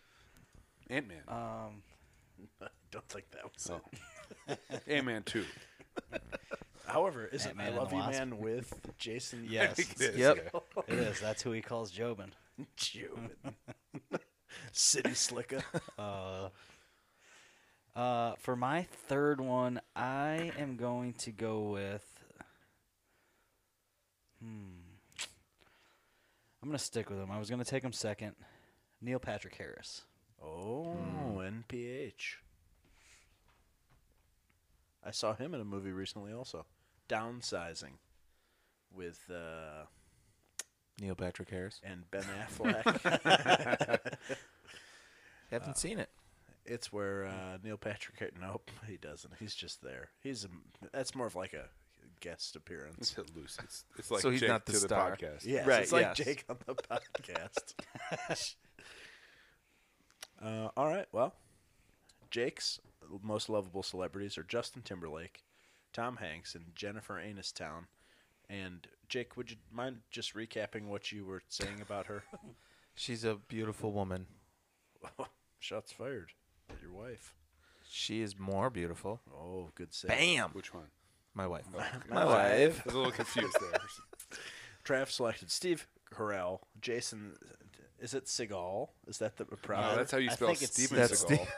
Speaker 1: *laughs*
Speaker 2: Ant Man.
Speaker 4: Um,
Speaker 2: Oh.
Speaker 1: I don't think that was
Speaker 2: Ant Man 2.
Speaker 1: However, is it I
Speaker 4: Ant-Man and
Speaker 1: Love
Speaker 4: the
Speaker 1: You
Speaker 4: Wasp.
Speaker 1: Man with *laughs* Jason?
Speaker 2: *laughs*
Speaker 4: Yes.
Speaker 2: think it is,
Speaker 3: Yep.
Speaker 2: yeah.
Speaker 4: It is. That's who he calls Jobin.
Speaker 1: Jubin. *laughs* City Slicker.
Speaker 4: Uh, uh, for my third one, I am going to go with. Hmm. I'm going to stick with him. I was going to take him second. Neil Patrick Harris.
Speaker 1: Oh, NPH. I saw him in a movie recently also. Downsizing with uh,
Speaker 3: Neil Patrick Harris.
Speaker 1: and Ben Affleck.
Speaker 3: Haven't seen it.
Speaker 1: it's where uh, Neil Patrick Har- nope, he doesn't. He's just there. He's a, that's more of like a guest appearance.
Speaker 2: It's loose. It's, it's like
Speaker 3: So he's
Speaker 2: Jake
Speaker 3: not the
Speaker 2: to
Speaker 3: star.
Speaker 2: the podcast.
Speaker 1: Yes,
Speaker 3: Right,
Speaker 1: it's like
Speaker 3: yes.
Speaker 1: Jake on *laughs* the podcast. uh, all right, well, Jake's most lovable celebrities are Justin Timberlake, Tom Hanks, and Jennifer Aniston. And Jake, would you mind just recapping what you were saying about her?
Speaker 3: She's a beautiful woman.
Speaker 1: Shots fired. at Your wife.
Speaker 3: She is more beautiful.
Speaker 1: Oh, good save.
Speaker 3: Bam.
Speaker 2: Which one?
Speaker 3: My *laughs* wife.
Speaker 1: My
Speaker 2: I was a little confused there.
Speaker 1: Trav selected Steve Carell, Jason. Is it Seagal? Is that the
Speaker 2: No,
Speaker 1: proper?
Speaker 2: Uh, *laughs* that's how you
Speaker 4: I
Speaker 2: spell
Speaker 4: think it's-
Speaker 2: Steven
Speaker 3: That's
Speaker 2: Seagal.
Speaker 3: Steve-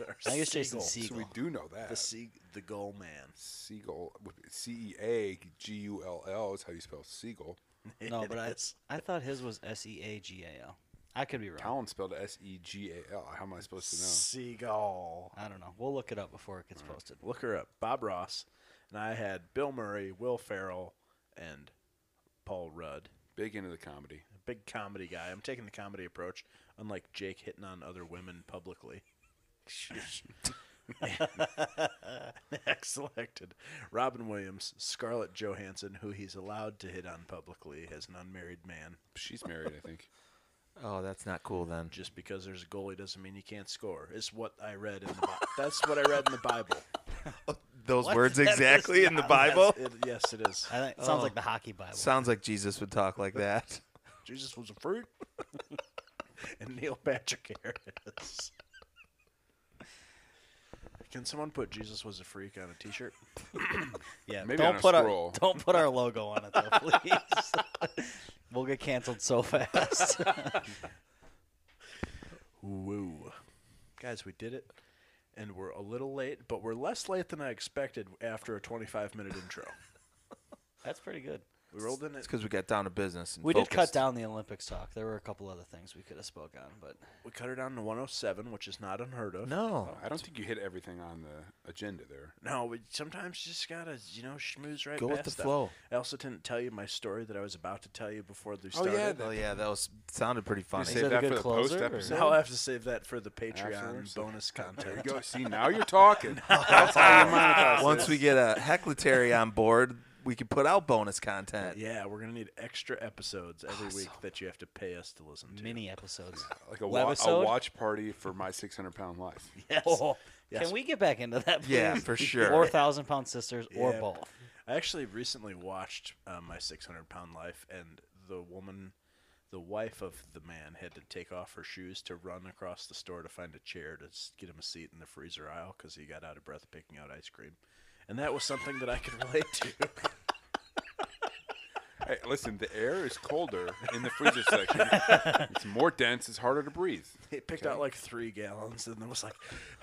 Speaker 1: or
Speaker 4: I think it's Jason
Speaker 1: Seagal?
Speaker 2: *laughs* So
Speaker 4: Siegel.
Speaker 2: we do know that.
Speaker 1: The sea, the goal man. *laughs*
Speaker 2: Seagull, C E A G U L L is how you spell seagull.
Speaker 4: No,
Speaker 1: It
Speaker 4: but I,
Speaker 1: is.
Speaker 4: *laughs* I thought his was S E A G A L. I could be wrong.
Speaker 2: Colin spelled S E G A L. How am I supposed to know?
Speaker 1: Seagal.
Speaker 4: I don't know. We'll look it up before it gets posted.
Speaker 1: Look her up. Bob Ross, and I had Bill Murray, Will Ferrell, and Paul Rudd.
Speaker 2: Big into the comedy.
Speaker 1: A big comedy guy. I'm taking the comedy approach, unlike Jake hitting on other women publicly. *laughs* Next selected Robin Williams, Scarlett Johansson, who he's allowed to hit on publicly as an unmarried man.
Speaker 2: She's married, I think.
Speaker 3: Oh, that's not cool then.
Speaker 1: Just because there's a goalie doesn't mean you can't score. Is what I read in the Bi- that's what I read in the Bible.
Speaker 3: Those *laughs*
Speaker 4: What?
Speaker 3: words
Speaker 4: That is
Speaker 3: exactly in the *laughs*
Speaker 4: not-
Speaker 3: Bible?
Speaker 1: It, yes, it is.
Speaker 4: I think, it sounds
Speaker 3: Oh.
Speaker 4: like the hockey *laughs* Bible.
Speaker 3: Sounds like Jesus would talk like that. *laughs*
Speaker 1: Jesus was a fruit. *laughs* and Neil Patrick Harris. Can someone put Jesus was a freak on a T-shirt?
Speaker 4: yeah,
Speaker 2: maybe on
Speaker 4: don't
Speaker 2: a
Speaker 4: put
Speaker 2: scroll.
Speaker 4: our *laughs* don't put our logo on it though, please. *laughs* we'll get canceled so *laughs* fast.
Speaker 1: Woo, guys, we did it, and we're a little late, but we're less late than I expected after a 25-minute intro.
Speaker 4: That's pretty good.
Speaker 1: We rolled in it.
Speaker 3: It's because we got down to business. And
Speaker 4: We did cut
Speaker 3: focused.
Speaker 4: down the Olympics talk. There were a couple other things we could have spoke on, but
Speaker 1: We cut her down to 107, which is not unheard of.
Speaker 3: No.
Speaker 2: I don't think you hit everything on the agenda there.
Speaker 1: No, we sometimes you just gotta, you know, schmooze right.
Speaker 3: Go with
Speaker 1: past
Speaker 3: the
Speaker 1: stuff.
Speaker 3: flow.
Speaker 1: I also didn't tell you my story that I was about to tell you before we started.
Speaker 2: yeah,
Speaker 3: Oh yeah, that was sounded pretty funny.
Speaker 2: Save
Speaker 4: it a
Speaker 2: that
Speaker 4: good
Speaker 2: for the post
Speaker 4: closer, or-
Speaker 2: episode.
Speaker 1: Now I have to save that for the Patreon
Speaker 2: Afterwards?
Speaker 1: bonus
Speaker 2: There you
Speaker 1: content.
Speaker 2: go. See, now you're talking. That's how
Speaker 3: *laughs*
Speaker 2: you monetize
Speaker 3: Once
Speaker 2: this.
Speaker 3: we get a hecklitary on board, we can put out bonus
Speaker 1: *laughs*
Speaker 3: content.
Speaker 1: yeah, we're gonna need extra episodes every week that you have to pay us to listen to.
Speaker 4: mini episodes. *laughs*
Speaker 2: like a, wa- a
Speaker 4: Webisode?
Speaker 2: watch party for my 600 pound life.
Speaker 1: Yes.
Speaker 4: Oh,
Speaker 1: Yes.
Speaker 4: Can we get back into that? Please?
Speaker 3: Yeah, for sure.
Speaker 4: Or thousand pound sisters, or
Speaker 1: Yeah.
Speaker 4: both.
Speaker 1: I actually recently watched uh, my 600 pound life, and the woman, the wife of the man, had to take off her shoes to run across the store to find a chair to s- get him a seat in the freezer aisle because he got out of breath picking out ice cream. And that was something that I could relate to.
Speaker 2: Hey, listen, the air is colder in the freezer section. It's more dense. It's harder to breathe.
Speaker 1: He picked out like three gallons and then was like,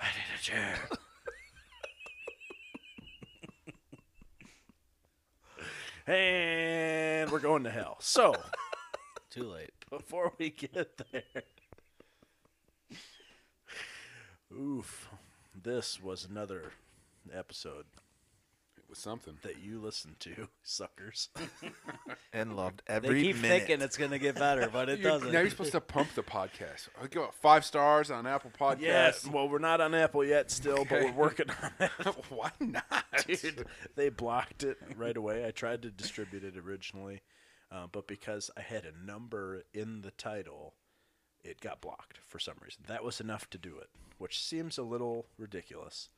Speaker 1: I need a chair. *laughs* and we're going to hell. So,
Speaker 4: Too late.
Speaker 1: before we get there, oof, this was another episode
Speaker 2: It was something.
Speaker 1: that you listened to, *laughs* suckers.
Speaker 3: And loved
Speaker 4: They
Speaker 3: every
Speaker 4: keep
Speaker 3: minute.
Speaker 4: thinking it's gonna get better, but
Speaker 2: *laughs*
Speaker 4: it
Speaker 2: You're-
Speaker 4: doesn't.
Speaker 2: Now you're supposed to pump the podcast. I give out five stars on Apple Podcasts.
Speaker 1: Yes. Well, we're not on Apple yet still, but
Speaker 2: Okay.
Speaker 1: we're working on it.
Speaker 2: *laughs* Why not?
Speaker 1: dude. They blocked it right away. I tried to distribute it originally, uh, but because I had a number in the title, it got blocked for some reason. That was enough to do it, which seems a little ridiculous.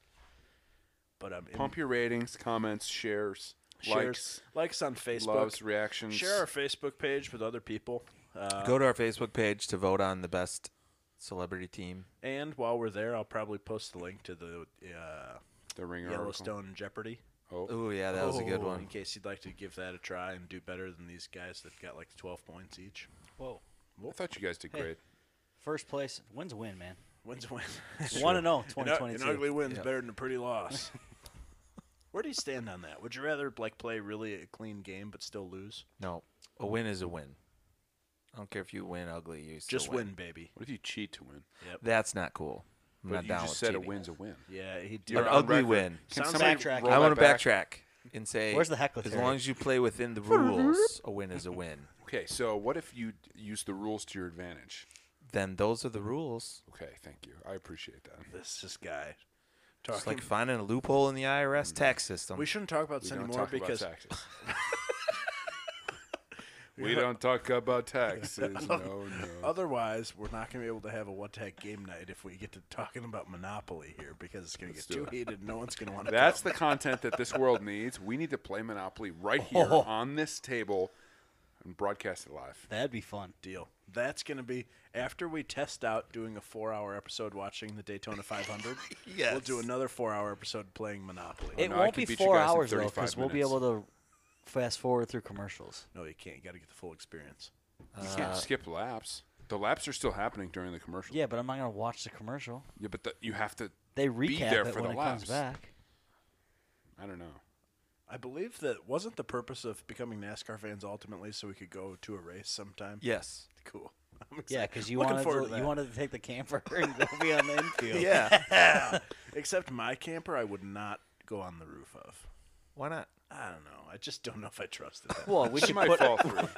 Speaker 1: But I'm
Speaker 2: Pump your ratings, comments, shares,
Speaker 1: shares, likes, on
Speaker 2: likes,
Speaker 1: Facebook,
Speaker 2: loves, reactions.
Speaker 1: share our Facebook page with other people. Uh,
Speaker 3: Go to our Facebook page to vote on the best celebrity team.
Speaker 1: and while we're there, I'll probably post the link to the uh,
Speaker 2: the ringer.
Speaker 1: Yellowstone Jeopardy.
Speaker 2: Oh,
Speaker 3: Ooh, yeah, that was a good
Speaker 1: Oh,
Speaker 3: one.
Speaker 1: In case you'd like to give that a try and do better than these guys that got like 12 points each.
Speaker 4: Whoa.
Speaker 2: I thought you guys did
Speaker 4: Hey.
Speaker 2: great.
Speaker 4: First place wins a win, man.
Speaker 1: Wins a win.
Speaker 2: *laughs*
Speaker 4: One and oh, zero,
Speaker 1: An u-
Speaker 4: 2022.
Speaker 1: An ugly win's
Speaker 3: Yeah.
Speaker 1: better than a pretty loss. Where do you stand on that? Would you rather like play really a clean game but still lose?
Speaker 3: No, a win is a win. I don't care if you win ugly. You still
Speaker 1: Just win, baby.
Speaker 2: What if you cheat to win?
Speaker 3: That's not cool. I'm
Speaker 2: But
Speaker 3: not
Speaker 2: you
Speaker 3: down
Speaker 2: just
Speaker 3: with
Speaker 2: said a
Speaker 3: cheating.
Speaker 2: win's a win.
Speaker 1: Yeah, he
Speaker 3: An
Speaker 1: did.
Speaker 2: You're on
Speaker 3: ugly
Speaker 2: record.
Speaker 3: win.
Speaker 2: Can
Speaker 1: Sounds
Speaker 2: somebody
Speaker 1: like-
Speaker 4: Backtrack.
Speaker 2: roll
Speaker 3: I
Speaker 2: that
Speaker 3: want to
Speaker 2: back?
Speaker 3: backtrack and say,
Speaker 4: Where's the heckler
Speaker 3: As
Speaker 4: theory?
Speaker 3: long as you play within the rules, a win is a win.
Speaker 2: Okay, so what if you d- use the rules to your advantage?
Speaker 3: Then those are the rules.
Speaker 2: Okay, thank you. I appreciate that.
Speaker 1: This this guy.
Speaker 3: It's
Speaker 1: Talking.
Speaker 3: like finding a loophole in the IRS tax system.
Speaker 1: we shouldn't talk about this
Speaker 2: We don't
Speaker 1: anymore
Speaker 2: talk
Speaker 1: because
Speaker 2: about
Speaker 4: *laughs*
Speaker 2: taxes. we don't talk about
Speaker 4: *laughs*
Speaker 2: taxes. No, no.
Speaker 1: otherwise we're not going to be able to have a one tech game night if we get to talking about Monopoly here because it's going to get
Speaker 2: do
Speaker 1: too
Speaker 2: it.
Speaker 1: heated. No one's going to
Speaker 2: *laughs*
Speaker 1: want to.
Speaker 2: That's the content that this world needs. We need to play Monopoly
Speaker 4: *laughs*
Speaker 2: right here
Speaker 4: Oh.
Speaker 2: on this table and broadcast it live.
Speaker 4: That'd be fun.
Speaker 1: deal. That's going to be after we test out doing a four hour episode watching the Daytona 500.
Speaker 3: Yes.
Speaker 1: We'll do another four hour episode playing Monopoly.
Speaker 4: It
Speaker 2: no, I
Speaker 4: won't
Speaker 2: could
Speaker 4: be
Speaker 2: beat you
Speaker 4: four
Speaker 2: guys in
Speaker 4: hours though,
Speaker 2: 35
Speaker 4: because we'll be
Speaker 2: minutes.
Speaker 4: able to fast forward through commercials.
Speaker 1: no, you can't. You got to get the full experience.
Speaker 2: You
Speaker 3: Uh,
Speaker 2: can't skip laps. The laps are still happening during the commercial.
Speaker 4: Yeah, but I'm not gonna watch the commercial.
Speaker 2: Yeah, but the, you have to.
Speaker 4: They
Speaker 2: Be
Speaker 4: recap
Speaker 2: there
Speaker 4: it
Speaker 2: for
Speaker 4: when
Speaker 2: the
Speaker 4: it
Speaker 2: laps.
Speaker 4: comes back.
Speaker 2: I don't know.
Speaker 1: I believe that wasn't the purpose of becoming NASCAR fans ultimately so we could go to a race sometime. *laughs*
Speaker 3: yes.
Speaker 1: Cool. I'm
Speaker 4: Yeah,
Speaker 1: excited.
Speaker 4: because you
Speaker 1: Looking
Speaker 4: wanted
Speaker 1: forward
Speaker 4: to,
Speaker 1: to
Speaker 4: you
Speaker 1: that.
Speaker 4: wanted to take the camper *laughs* and go be on the infield.
Speaker 3: Yeah.
Speaker 1: Except my camper, I would not go on the roof of.
Speaker 3: Why not?
Speaker 1: I don't know. I just don't know if I trust it. that
Speaker 4: Well, we
Speaker 2: She
Speaker 4: could
Speaker 2: might
Speaker 4: put
Speaker 2: fall through.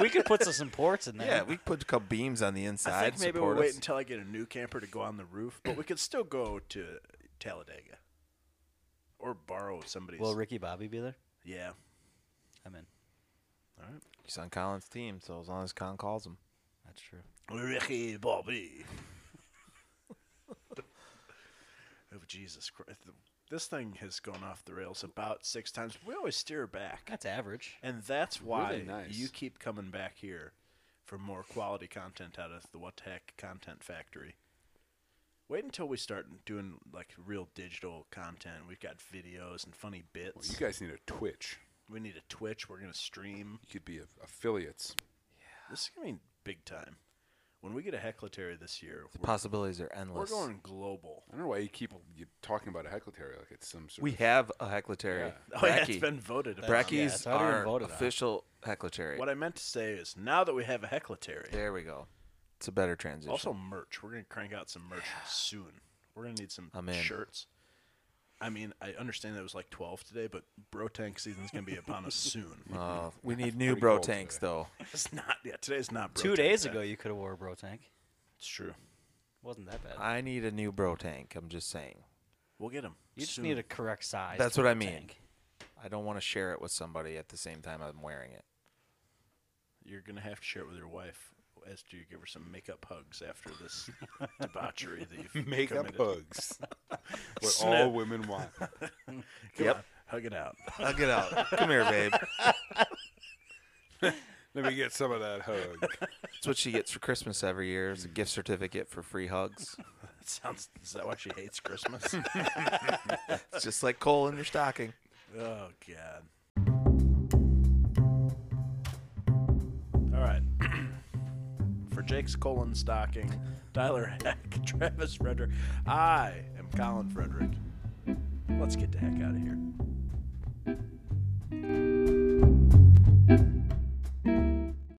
Speaker 4: we could put some ports in there.
Speaker 3: *laughs* Yeah, we put a couple beams on the inside.
Speaker 1: I think maybe we'll
Speaker 3: support
Speaker 1: wait
Speaker 3: us.
Speaker 1: until I get a new camper to go on the roof, but we could still go to Talladega or borrow somebody's.
Speaker 4: Will Ricky Bobby be there?
Speaker 1: yeah,
Speaker 4: I'm in.
Speaker 3: He's on Colin's team, so as long as Colin calls him.
Speaker 4: That's true.
Speaker 1: Ricky Bobby. oh Jesus Christ! This thing has gone off the rails about six times. We always steer back,
Speaker 4: That's average.
Speaker 1: and that's why
Speaker 2: Really nice.
Speaker 1: you keep coming back here for more quality content out of the What the Heck Content Factory. Wait until we start doing like real digital content. We've got videos and funny bits.
Speaker 2: You guys need a Twitch.
Speaker 1: We need a Twitch. We're gonna stream.
Speaker 2: You could be a- affiliates.
Speaker 1: This is gonna be big time. When we get a hecklitary this year,
Speaker 3: The
Speaker 1: we're,
Speaker 3: possibilities are
Speaker 1: we're
Speaker 3: endless.
Speaker 1: going global. *laughs*
Speaker 2: I don't know why you keep you talking about a heckletaria like it's some sort
Speaker 3: we
Speaker 2: of.
Speaker 3: have a heckletary.
Speaker 2: Yeah.
Speaker 1: *laughs* Oh yeah, it's
Speaker 3: Bracky.
Speaker 1: been voted. upon.
Speaker 4: Yeah,
Speaker 3: Brackies
Speaker 4: it's already been
Speaker 3: are
Speaker 4: voted on.
Speaker 3: official heckletary.
Speaker 1: What I meant to say is now that we have a hecklitary,
Speaker 3: There we go. It's a better transition.
Speaker 1: also merch. We're gonna crank out some merch soon. We're gonna need some
Speaker 3: I'm in.
Speaker 1: shirts. I mean, I understand that it was like 12 today, but Bro Tank season's gonna be upon
Speaker 4: *laughs*
Speaker 1: us soon.
Speaker 3: Oh, we need new
Speaker 2: pretty
Speaker 3: bro
Speaker 2: cold
Speaker 3: tanks, though.
Speaker 1: *laughs* It's not. Yeah, today's not. Bro
Speaker 4: Two
Speaker 1: Tank
Speaker 4: days
Speaker 1: Day.
Speaker 4: ago, you could have wore a bro tank.
Speaker 1: It's true.
Speaker 4: Wasn't that bad?
Speaker 3: I need a new bro tank. I'm just saying.
Speaker 1: We'll get them.
Speaker 4: you just need a correct size.
Speaker 3: That's
Speaker 4: for
Speaker 3: what I
Speaker 4: the
Speaker 3: mean.
Speaker 4: tank.
Speaker 3: I don't want to share it with somebody at the same time I'm wearing it.
Speaker 1: You're gonna have to share it with your wife as to give her some makeup hugs after
Speaker 4: *laughs*
Speaker 1: this debauchery that you've
Speaker 2: Makeup
Speaker 1: committed.
Speaker 2: hugs. *laughs* what
Speaker 1: Snip.
Speaker 2: all women want.
Speaker 1: Come
Speaker 3: Yep.
Speaker 1: on, hug it out. *laughs*
Speaker 3: I'll get out. Come here, babe.
Speaker 2: Let me get some of that hug.
Speaker 3: That's what she gets for Christmas every year. It's a gift certificate for free hugs.
Speaker 1: That sounds. Is that why she hates
Speaker 4: *laughs*
Speaker 1: Christmas?
Speaker 3: It's just like coal in your stocking.
Speaker 1: oh God. All right. *clears throat* For Jake's colon stocking, Tyler *laughs* Heck, Travis Frederick, I am Colin Frederick. Let's get the heck out of here.